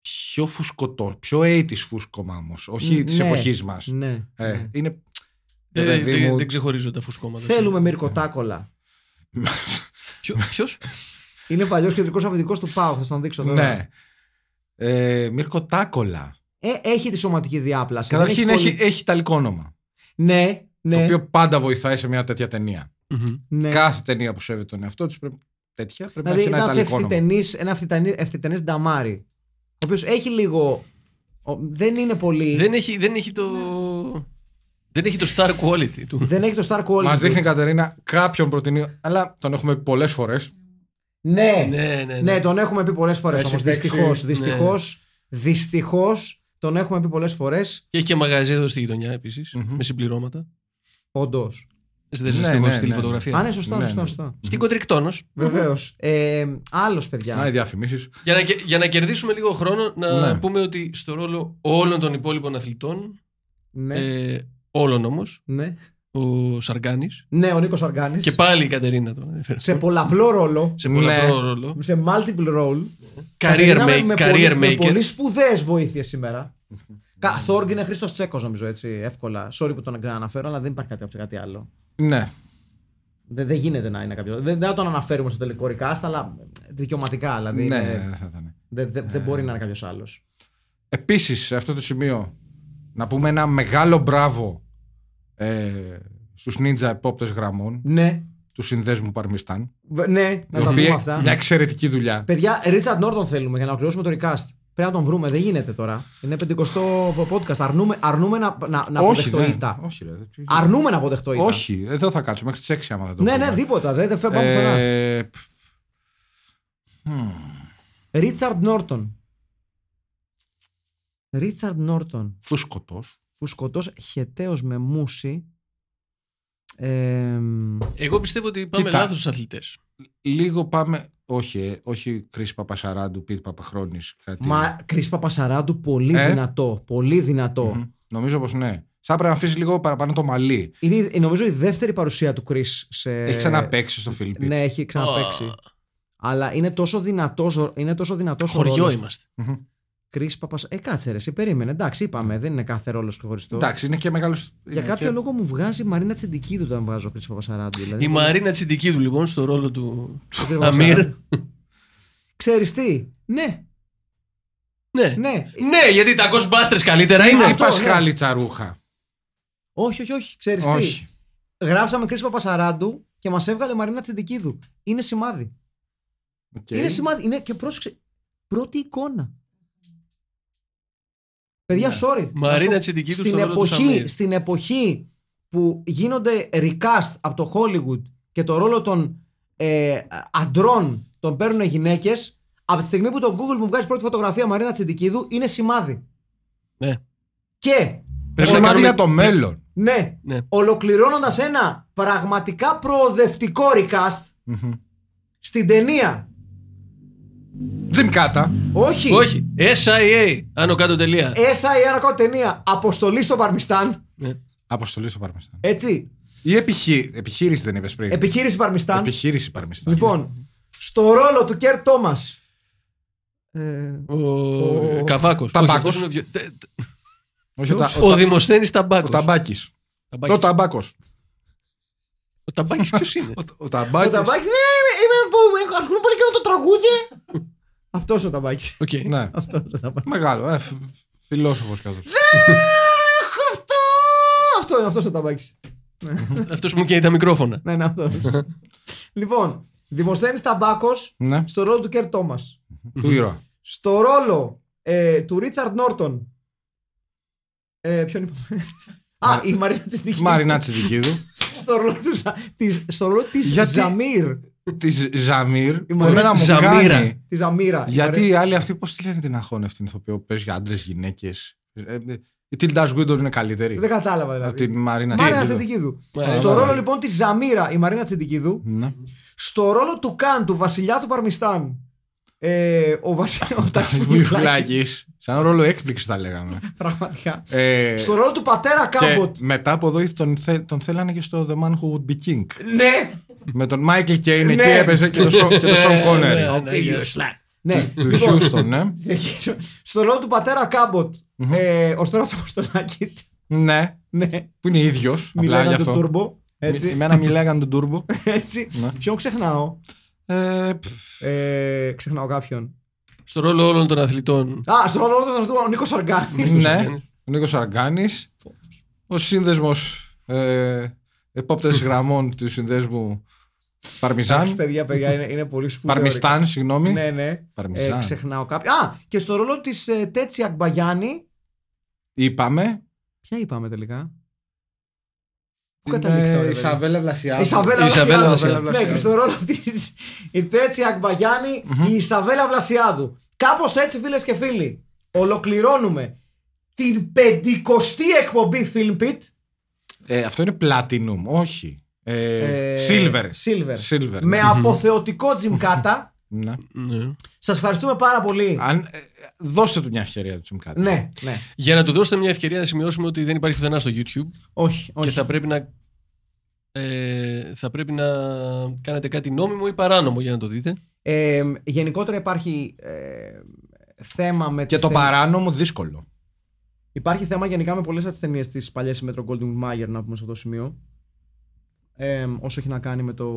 πιο φουσκωτό, πιο 80 φούσκωμα όμως. Όχι
Ν-
της
ναι.
εποχής μας.
Ναι.
Ε, είναι.
Δεν,
Ρε παιδί
δεν-
μου,
δεν ξεχωρίζω τα φουσκώματα.
Θέλουμε Μύρκο Τάκολα.
Ποιο.
Είναι παλιός κεντρικός αμυντικός του Πάου, θα σου τον δείξω τώρα.
Ναι. Ε, Μύρκο Τάκολα.
Ε, έχει τη σωματική διάπλαση. δεν
Καταρχήν
πολύ-
έχει, έχει ιταλικό όνομα.
Ναι,
Το
ναι.
οποίο πάντα βοηθάει σε μια τέτοια ταινία.
ναι.
Κάθε ταινία που σέβεται τον εαυτό της πρέπει. Τέτοια πρέπει
Δηλαδή
να έχει
ήταν
ένα
σε
ιταλικό όνομα.
ευθυτενής, ένα ευθυτενή- ευθυτενές νταμάρι. Ο οποίος έχει λίγο. ο- δεν είναι πολύ.
Δεν έχει, δεν έχει το. Δεν έχει το star quality του.
δεν έχει το star quality.
Μας δείχνει η Κατερίνα κάποιον προτείνει, αλλά τον έχουμε πει πολλές φορές.
Ναι, ναι,
ναι, ναι, ναι.
ναι, τον έχουμε πει πολλές φορές
Έχει
όμως.
παίξει-
Δυστυχώς.
ναι.
Δυστυχώς. τον έχουμε πει πολλές φορές.
Και έχει και μαγαζί εδώ στη γειτονιά επίσης, με συμπληρώματα.
Όντως.
Έτσι δεν
Ναι,
σα έχω
ναι,
στείλει
ναι.
φωτογραφία.
Α, ναι, σωστά,
Ναι,
σωστά,
ναι.
σωστά.
Στην Κοντρικτόνος.
Βεβαίως. Ε, Άλλος, παιδιά.
Να οι διαφημίσεις.
Για, να, κε- για να κερδίσουμε λίγο χρόνο, να
Ναι.
πούμε ότι στο ρόλο όλων των υπόλοιπων αθλητών,
ναι,
ε, όλων όμως,
ναι.
ο Σαργκάνη.
ναι, ο Νίκος Αργάνη.
Και πάλι η Κατερίνα τον έφερε.
Σε πολλαπλό ρόλο.
σε πολλαπλό
Ναι.
ρόλο.
Σε multiple role.
Career,
Κατερινάμε
make-
με
career
πολύ, με
maker.
πολύ σπουδαίες βοήθειες σήμερα. Κα- Θόργκ είναι Χρήστος Τσέκος, νομίζω έτσι, εύκολα. Sorry που τον αναφέρω, αλλά δεν υπάρχει κάτι, κάτι άλλο.
Ναι.
Δεν, δεν γίνεται να είναι κάποιος. Δεν, δεν θα τον αναφέρουμε στο τελικό recast, αλλά δικαιωματικά. Δηλαδή,
Ναι,
είναι-
ναι, δεν θα ήταν.
δεν- δεν- δεν μπορεί να είναι κάποιος άλλος.
Επίσης, σε αυτό το σημείο, να πούμε ένα μεγάλο μπράβο ε, στους νίντζα επόπτες γραμμών
Ναι,
τους συνδέσμου Παρμιστάν.
βε- ναι, να
οι
τα
οποίοι
πούμε αυτά.
Μια εξαιρετική δουλειά.
Παιδιά, Richard Norton θέλουμε για να ολοκληρώσουμε το recast. Πρέπει να τον βρούμε, δεν γίνεται τώρα. Είναι 50 podcast. Αρνούμε, αρνούμε να, να, να
όχι,
αποδεχτώ
δεν-
ήττα.
όχι, ρε, δεν-
Αρνούμε να αποδεχτώ ήττα.
όχι, εδώ θα κάτσω μέχρι τις 6 άμα δεν το
Ναι,
πούμε.
ναι, τίποτα. Δεν, δεν φεύγω πουθενά.
Ε, π-
Ρίτσαρντ Νόρτον. Ρίτσαρντ Νόρτον.
φούσκωτος.
Φουσκωτός χεταίος με μουσι. Ε,
Εγώ πιστεύω ότι πάμε
Κοίτα.
λάθος στους αθλητές.
Λίγο πάμε. Όχι, ε, όχι Κρυ Παπασαράντου, Πιτ Παπαχρόνης. Κάτι.
μα Κρυ Παπασαράντου, πολύ
Ε.
δυνατό. Πολύ δυνατό.
Μμμ. Νομίζω πως ναι. Θα έπρεπε να αφήσεις λίγο παραπάνω το μαλλί.
Είναι η- νομίζω η δεύτερη παρουσία του Κρυ σε.
Έχει ξαναπέξει στο Φιλιππίνο.
Ε, Ναι, έχει ξαναπέξει. Αλλά είναι τόσο δυνατός. Είναι τόσο δυνατός ο
Χωριό
ρόλος.
είμαστε.
Κρυς Παπασα- Ε, κάτσε ρε, εσύ περίμενε. Εντάξει, είπαμε, δεν είναι κάθε ρόλος χωριστό.
Εντάξει, είναι και μεγάλος.
Για κάποιο λόγο μου βγάζει η Μαρίνα Τσεντικίδου όταν βάζω Κρυ Παπασαράντου. Δηλαδή,
Η Μαρίνα Τσιντικίδου λοιπόν στο ρόλο του
Κρυς Παπασαράντου.
Αμύρ.
Ξέρεις τι, ναι,
Ναι.
ναι.
Ναι, γιατί τα Ghostbusters καλύτερα
Είναι
είναι.
η
αυτό, ναι.
Πασχάλιτσα ρούχα.
Όχι, όχι, όχι, ξέρεις τι.
Όχι.
Γράψαμε Κρίση Παπασαράντου και μας έβγαλε Μαρίνα Τσεντικίδου. Είναι σημάδι.
Οκ.
Είναι σημάδι. Είναι και πρόσεξε, πρώτη εικόνα. Παιδιά, sorry.
Ναι. Μαρίνα
Σας το-
Τσιντικίδου
στην
στο ρόλο του
εποχή,
Σαμίρ.
στην εποχή που γίνονται recast από το Hollywood και το ρόλο των ε, αντρών τον παίρνουν γυναίκες, από τη στιγμή που το Google μου βγάζει πρώτη φωτογραφία Μαρίνα Τσιντικίδου, είναι σημάδι.
Ναι.
Και
Πρέπει να
Σημάδι
κάνουμε-
για το μέλλον.
Ναι.
Ναι.
Ολοκληρώνοντας ένα πραγματικά προοδευτικό recast στην ταινία.
Τζιμ Κάτα.
Όχι.
Όχι. SIA. Άνω κάτω τελεία.
Έσα η ένα ταινία. Αποστολή στο Παρμιστάν.
Ναι.
Αποστολή στο Παρμιστάν.
Έτσι.
Ή επιχεί... επιχείρηση δεν είπες πριν.
Επιχείρηση Παρμιστάν.
Επιχείρηση Παρμιστάν.
Λοιπόν, στο ρόλο του Κέρ Τόμας. Ε,
Ο Καβάκος.
Ταμπάκος. Όχι, ο, τα... ο,
Ο
τα-
Δημοσθένης
ο
Ταμπάκο.
Ταμπάκης. Ο Ταμπάκος.
Ο Ταμπάκης ποιος είναι.
Ο- Ο
ο
Ταμπάκης.
Ταμπάκη. Ναι, είμαι, είμαι που έχω- ασχολούμαι πολύ και με το τραγούδι. Αυτός ο Ταμπάκης.
Οκ.
Ναι.
Αυτός ο Ταμπάκης.
Μεγάλο. Ε, φι- φιλόσοφος κι αυτός.
Αυτό! Αυτό είναι αυτός ο Ταμπάκης.
Αυτός μου καίει τα μικρόφωνα.
Ναι, είναι αυτός. λοιπόν, Δημοσθένη Ταμπάκος
Ναι.
στο ρόλο του Κέρ Τόμας.
Του ήρωα.
Στο ρόλο ε, του Ρίτσαρντ Νόρτον. Ε, ποιον είπαμε. Α, η Μαρίνα Τσιντική.
Μαρίνα Τσιδικίδου.
Στο ρόλο του Ζα- της, στο ρόλο της
Γιατί-
Ζαμίρ.
Τη Ζαμίρ. Που
Μαρίνα
εμένα μου
Ζαμίρα.
κάνει.
Τη Ζαμίρα. η
Ε, Γιατί
Μαρί-
οι άλλοι αυτοί, πώς τη λένε την αχώνευτη ηθοποιό που παίζει για άντρες, γυναίκες. Ε, Η Tilda Swinton είναι καλύτερη.
Δεν κατάλαβα
Από
δηλαδή.
τη Μαρίνα
Μαρίνα
Τσιντίδου.
Τσεντικίδου.
Ναι,
Στο
ναι.
ρόλο λοιπόν της Ζαμίρα η Μαρίνα Τσεντικίδου.
Ναι.
Στο ρόλο του Καν, του βασιλιά του Παρμιστάν. Ε, ο βασιλιά. Ο Τάκης Μιχλάκης.
Βουλιουκλάκη. Σαν ρόλο έκπληξη θα λέγαμε.
Πραγματικά.
Ε,
Στο ρόλο του πατέρα Κάμποτ.
και μετά από εδώ τον, θε- τον θέλανε και στο The Man Who Would Be King.
Ναι!
με τον Michael Caine
Ναι.
εκεί έπαιζε και το, Σο- και το Sean Connery.
Ναι, ναι, ναι.
Ναι.
του Houston, ναι.
Στο ρόλο του πατέρα Κάμποτ. ε, Ο Στράτος Μαστολάκη.
ναι.
Ναι.
Που είναι ίδιος. Απλά γι'
Μιλάγανε του
αυτό.
τουρμπο.
Μι-
Έτσι.
Εμένα Ναι. μιλάγανε τον Τούρμπο.
έτσι. Ποιον ξεχνάω.
Ε, πφ,
Ε, ξεχνάω κάποιον.
Στο ρόλο όλων των αθλητών.
Α, στο ρόλο του Στρατού ο Νίκος Αργκάνη.
ναι. Ο Νίκος Αργκάνη. Ο σύνδεσμος ε, επόπτες γραμμών του συνδέσμου
Εντάξει,
Παρμιζάν.
παιδιά, παιδιά, είναι, είναι πολύ σπουδαίο.
Παρμιστάν, συγγνώμη.
Ναι, ναι.
Παρμιζάν.
Ε, ξεχνάω κάποιο. Α, και στο ρόλο της ε, Τέτση Ακμπαγιάννη.
Είπαμε.
Ποια είπαμε τελικά. Πού
Την,
καταλήξαμε.
ε,
ρε, παιδιά.
Ισαβέλα Βλασιάδη.
Ισαβέλα
Ισαβέλα
Βλασιάδου.
Βλασιάδου.
Ναι, και στο ρόλο της η Τέτση Ακμπαγιάννη, η Ισαβέλα Βλασιάδου. Κάπως έτσι, φίλες και φίλοι, ολοκληρώνουμε την πεντηκοστή εκπομπή Film Pit.
Ε, αυτό είναι platinum, όχι. Ε,
Ε,
silver.
Silver.
Silver.
Με αποθεωτικό τζιμκάτα.
Ναι.
Ναι.
Σας ευχαριστούμε πάρα πολύ.
Αν, ε, δώστε του μια ευκαιρία του Τσιμκάτα.
Ναι, ναι.
Για να του δώσετε μια ευκαιρία να σημειώσουμε ότι δεν υπάρχει πουθενά στο YouTube
Όχι,
και
όχι.
θα πρέπει να. ε, θα πρέπει να κάνετε κάτι νόμιμο ή παράνομο για να το δείτε.
Ε, γενικότερα υπάρχει ε, θέμα με
Και
τις
το
ταινίες-
παράνομο δύσκολο.
Υπάρχει θέμα γενικά με πολλές από τι ταινίε της παλιάς Metro Goldwyn Mayer, να πούμε σε αυτό το σημείο. Ε, όσο έχει να κάνει με το.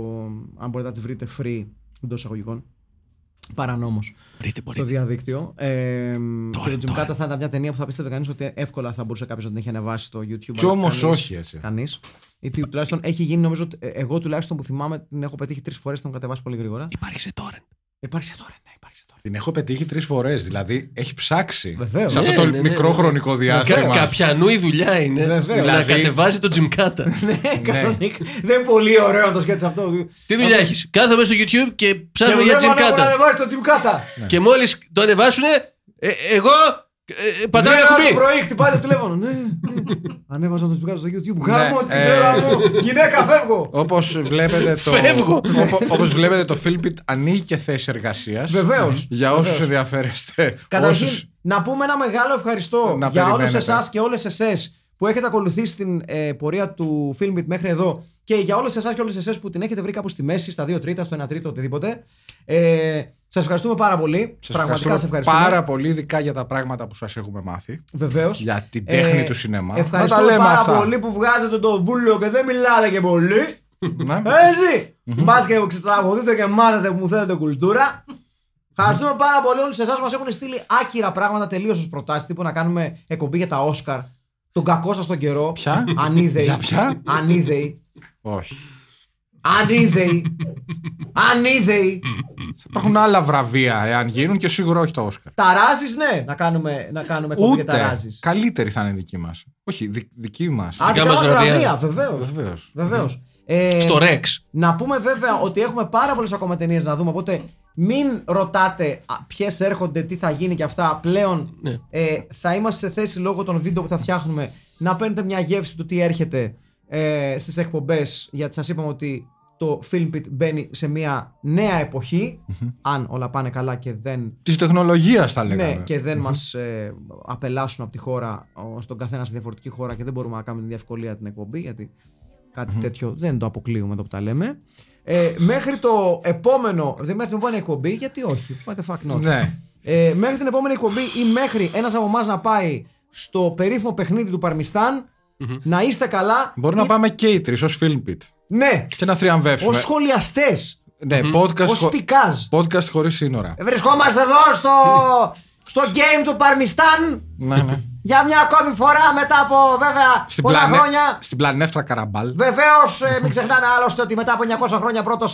Αν μπορείτε να τις βρείτε free εντός εισαγωγικών. Παρανόμως
Μπορείτε,
το διαδίκτυο. Ε, και το Jim Carter θα ήταν μια ταινία που θα πίστευε κανείς ότι εύκολα θα μπορούσε κάποιος να την έχει ανεβάσει στο YouTube.
Κι όμως όχι, έτσι.
Κανείς. Γιατί τουλάχιστον έχει γίνει, νομίζω, ότι- ε, εγώ τουλάχιστον που θυμάμαι την έχω πετύχει τρεις φορές, την έχω κατεβάσει πολύ γρήγορα.
Υπάρχει σε τώρα.
Υπάρχει σε τώρα, ναι, υπάρχει σε τώρα.
Την έχω πετύχει τρεις φορές. Δηλαδή έχει ψάξει.
Βεβαίως.
Σε αυτό
Ναι,
το
ναι, ναι,
μικρό
ναι.
χρονικό διάστημα.
Καπιανού η δουλειά είναι
Βεβαίως.
να
Δηλαδή-
κατεβάζει το τζιμκάτα.
Ναι, κανονικά. Δεν είναι πολύ ωραίο να το σκέφτεσαι αυτό.
Τι δουλειά έχει. Κάθε μέσα στο YouTube και
Και
ψάχνουμε για
βλέπω να έχουν
τζιμκάτα.
ανεβάσει το τζιμκάτα.
Και μόλις το ανεβάσουν, εγώ ε, ε, πατάω
Βγαίνω
ένα
Το
κουμπί.
πρωί χτυπάει το τηλέφωνο. Ναι, ναι. Ανέβαζα το τσουκάρο στο YouTube. Γάμο, τη
ε,
μέρα μου. Γυναίκα, φεύγω.
Όπως βλέπετε, το...
Φεύγω.
Όπο- όπως βλέπετε, το Filbit ανοίγει και θέσει εργασίας.
Βεβαίως.
Για όσους ενδιαφέρεστε.
Καταρχήν,
όσους-
να πούμε ένα μεγάλο ευχαριστώ
Να
για όλους
περιμένετε.
εσάς και όλες εσές που έχετε ακολουθήσει την ε, πορεία του Filmit μέχρι εδώ και για όλες εσάς και όλες εσές που την έχετε βρει κάπου στη μέση, στα 2 τρίτα, στο 1 τρίτο, οτιδήποτε. Ε, σας ευχαριστούμε πάρα πολύ.
σας
Πραγματικά σας ευχαριστούμε.
πάρα πολύ, ειδικά για τα πράγματα που σας έχουμε μάθει.
Βεβαίως.
Για την τέχνη του σινεμά.
Ε, Ευχαριστούμε
Να τα λέμε
πάρα
αυτά.
πολύ που βγάζετε το βούλιο και δεν μιλάτε και πολύ.
Ναι.
Ε! Έτσι! Μπας και ξετραγωδείτε και μάθετε που μου θέλετε κουλτούρα. Ευχαριστούμε πάρα πολύ όλους εσάς που μας έχουν στείλει άκυρα πράγματα τελείως ω προτάσεις. Τύπου να κάνουμε εκπομπή για τα Όσκαρ. Τον κακό σας τον καιρό.
Ποια?
Ανίδεοι.
Για ποια?
Ανίδεοι.
Όχι.
Ανίδεοι. Ανίδεοι.
Υπάρχουν άλλα βραβεία εάν γίνουν και σίγουρα όχι το Όσκαρ.
Ταράζεις, ναι, να κάνουμε, να κάνουμε εκπομπή για
Ούτε.
ταράζεις.
Καλύτερη θα είναι δική μας. Όχι, δι- δική μας.
Άντε,
Δικά μας
καλά
βραβεία.
βραβεία, βεβαίως.
Βεβαίως.
Βεβαίως. Ε,
Στο Ρεξ.
Να πούμε βέβαια ότι έχουμε πάρα πολλές ακόμα ταινίες να δούμε. Οπότε μην ρωτάτε ποιες έρχονται, τι θα γίνει και αυτά. Πλέον
Ναι.
ε, θα είμαστε σε θέση λόγω των βίντεο που θα φτιάχνουμε να παίρνετε μια γεύση του τι έρχεται ε, στις εκπομπές. Γιατί σας είπαμε ότι το Filmpit μπαίνει σε μια νέα εποχή, Αν όλα πάνε καλά και δεν.
Της τεχνολογίας θα λέγαμε.
Ναι, και δεν μας ε, απελάσουν από τη χώρα ο- στον καθένα σε διαφορετική χώρα και δεν μπορούμε να κάνουμε την ευκολία την εκπομπή γιατί κάτι τέτοιο δεν το αποκλείουμε εδώ που τα λέμε. Ε, μέχρι το επόμενο, δεν μέχρι την επόμενη εκπομπή, γιατί όχι, what the fuck not.
Ναι.
Ε, μέχρι την επόμενη εκπομπή ή μέχρι ένας από εμάς να πάει στο περίφημο παιχνίδι του παρμισταν να είστε καλά.
Μπορεί να πάμε και οι τρεις ως Filmpit
Ναι,
και να θριαμβεύσουμε.
Ε, ως σχολιαστές,
Ναι, podcast,
ως Ε,
χω...
πικάζ.
podcast χωρίς σύνορα.
Βρισκόμαστε εδώ στο, στο game του Παρμιστάν
ναι, ναι.
για μια ακόμη φορά μετά από βέβαια
Στην, ναι.
πολλά
πλανε...
χρόνια.
στην πλανέφτρα Καραμπάλ.
Βεβαίως, μην ξεχνάμε άλλωστε ότι μετά από 900 χρόνια πρώτος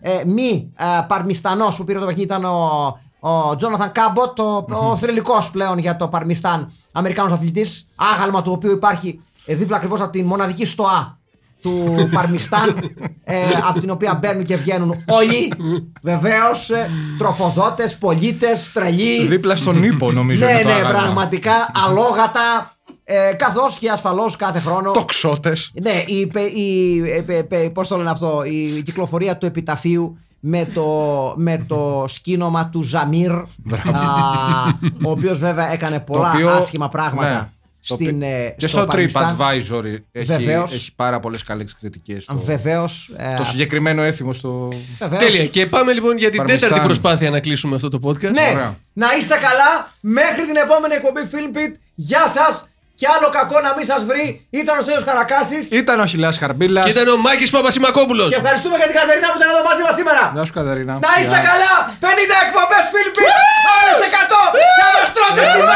ε, ε, μη ε, παρμιστανός που πήρε το παιχνίδι ήταν ο, ο Τζόναθαν Κάμποτ, ο, ο θρηλυκός πλέον για το Παρμιστάν Αμερικάνος αθλητής. Άγαλμα του οποίου υπάρχει ε, δίπλα ακριβώς από την μοναδική στοά του Παρμιστάν, ε, από την οποία μπαίνουν και βγαίνουν όλοι. Βεβαίως, ε, τροφοδότες, πολίτες, τρελοί.
Δίπλα στον ύπο, νομίζω.
Ναι,
είναι το
ναι,
άγαλμα.
πραγματικά αλόγατα. Ε, Καθώς και ασφαλώς κάθε χρόνο.
Τοξότες.
Ναι, η, πε- η, ε, πε- πε- πώς το λένε αυτό, η κυκλοφορία του επιταφείου με το, με το σκήνομα του Ζαμίρ, α, ο οποίος βέβαια έκανε πολλά
Το οποίο-
άσχημα πράγματα
ναι. Το
στην,
πι-
ε,
και στο
Παριστάν.
TripAdvisor έχει,
Βεβαίως.
έχει πάρα πολλές καλές κριτικές. Το,
Βεβαίως, ε,
το συγκεκριμένο έθιμο στο.
βεβαίως.
Τέλεια. Και πάμε λοιπόν για την
Παρμεστάν.
τέταρτη προσπάθεια να κλείσουμε αυτό το podcast.
Ναι,
Ωραία.
να είστε καλά μέχρι την επόμενη εκπομπή Film Pit. Γεια σας και άλλο κακό να μην σας βρει. Ήταν ο Στέλιος Καρακάσης
Ήταν ο Χιλιά Χαρμπίλας.
Και ήταν ο Μάκης Παπασημακόπουλος.
και ευχαριστούμε για την Κατερίνα που ήταν εδώ μαζί μας σήμερα.
Γεια σου Καταρίνα.
Να είστε
Ναι. Γεια.
καλά! 50 εκπομπέ Φίλιππιν! Άλλε 100! Θα μα τρώτε στη μάπα!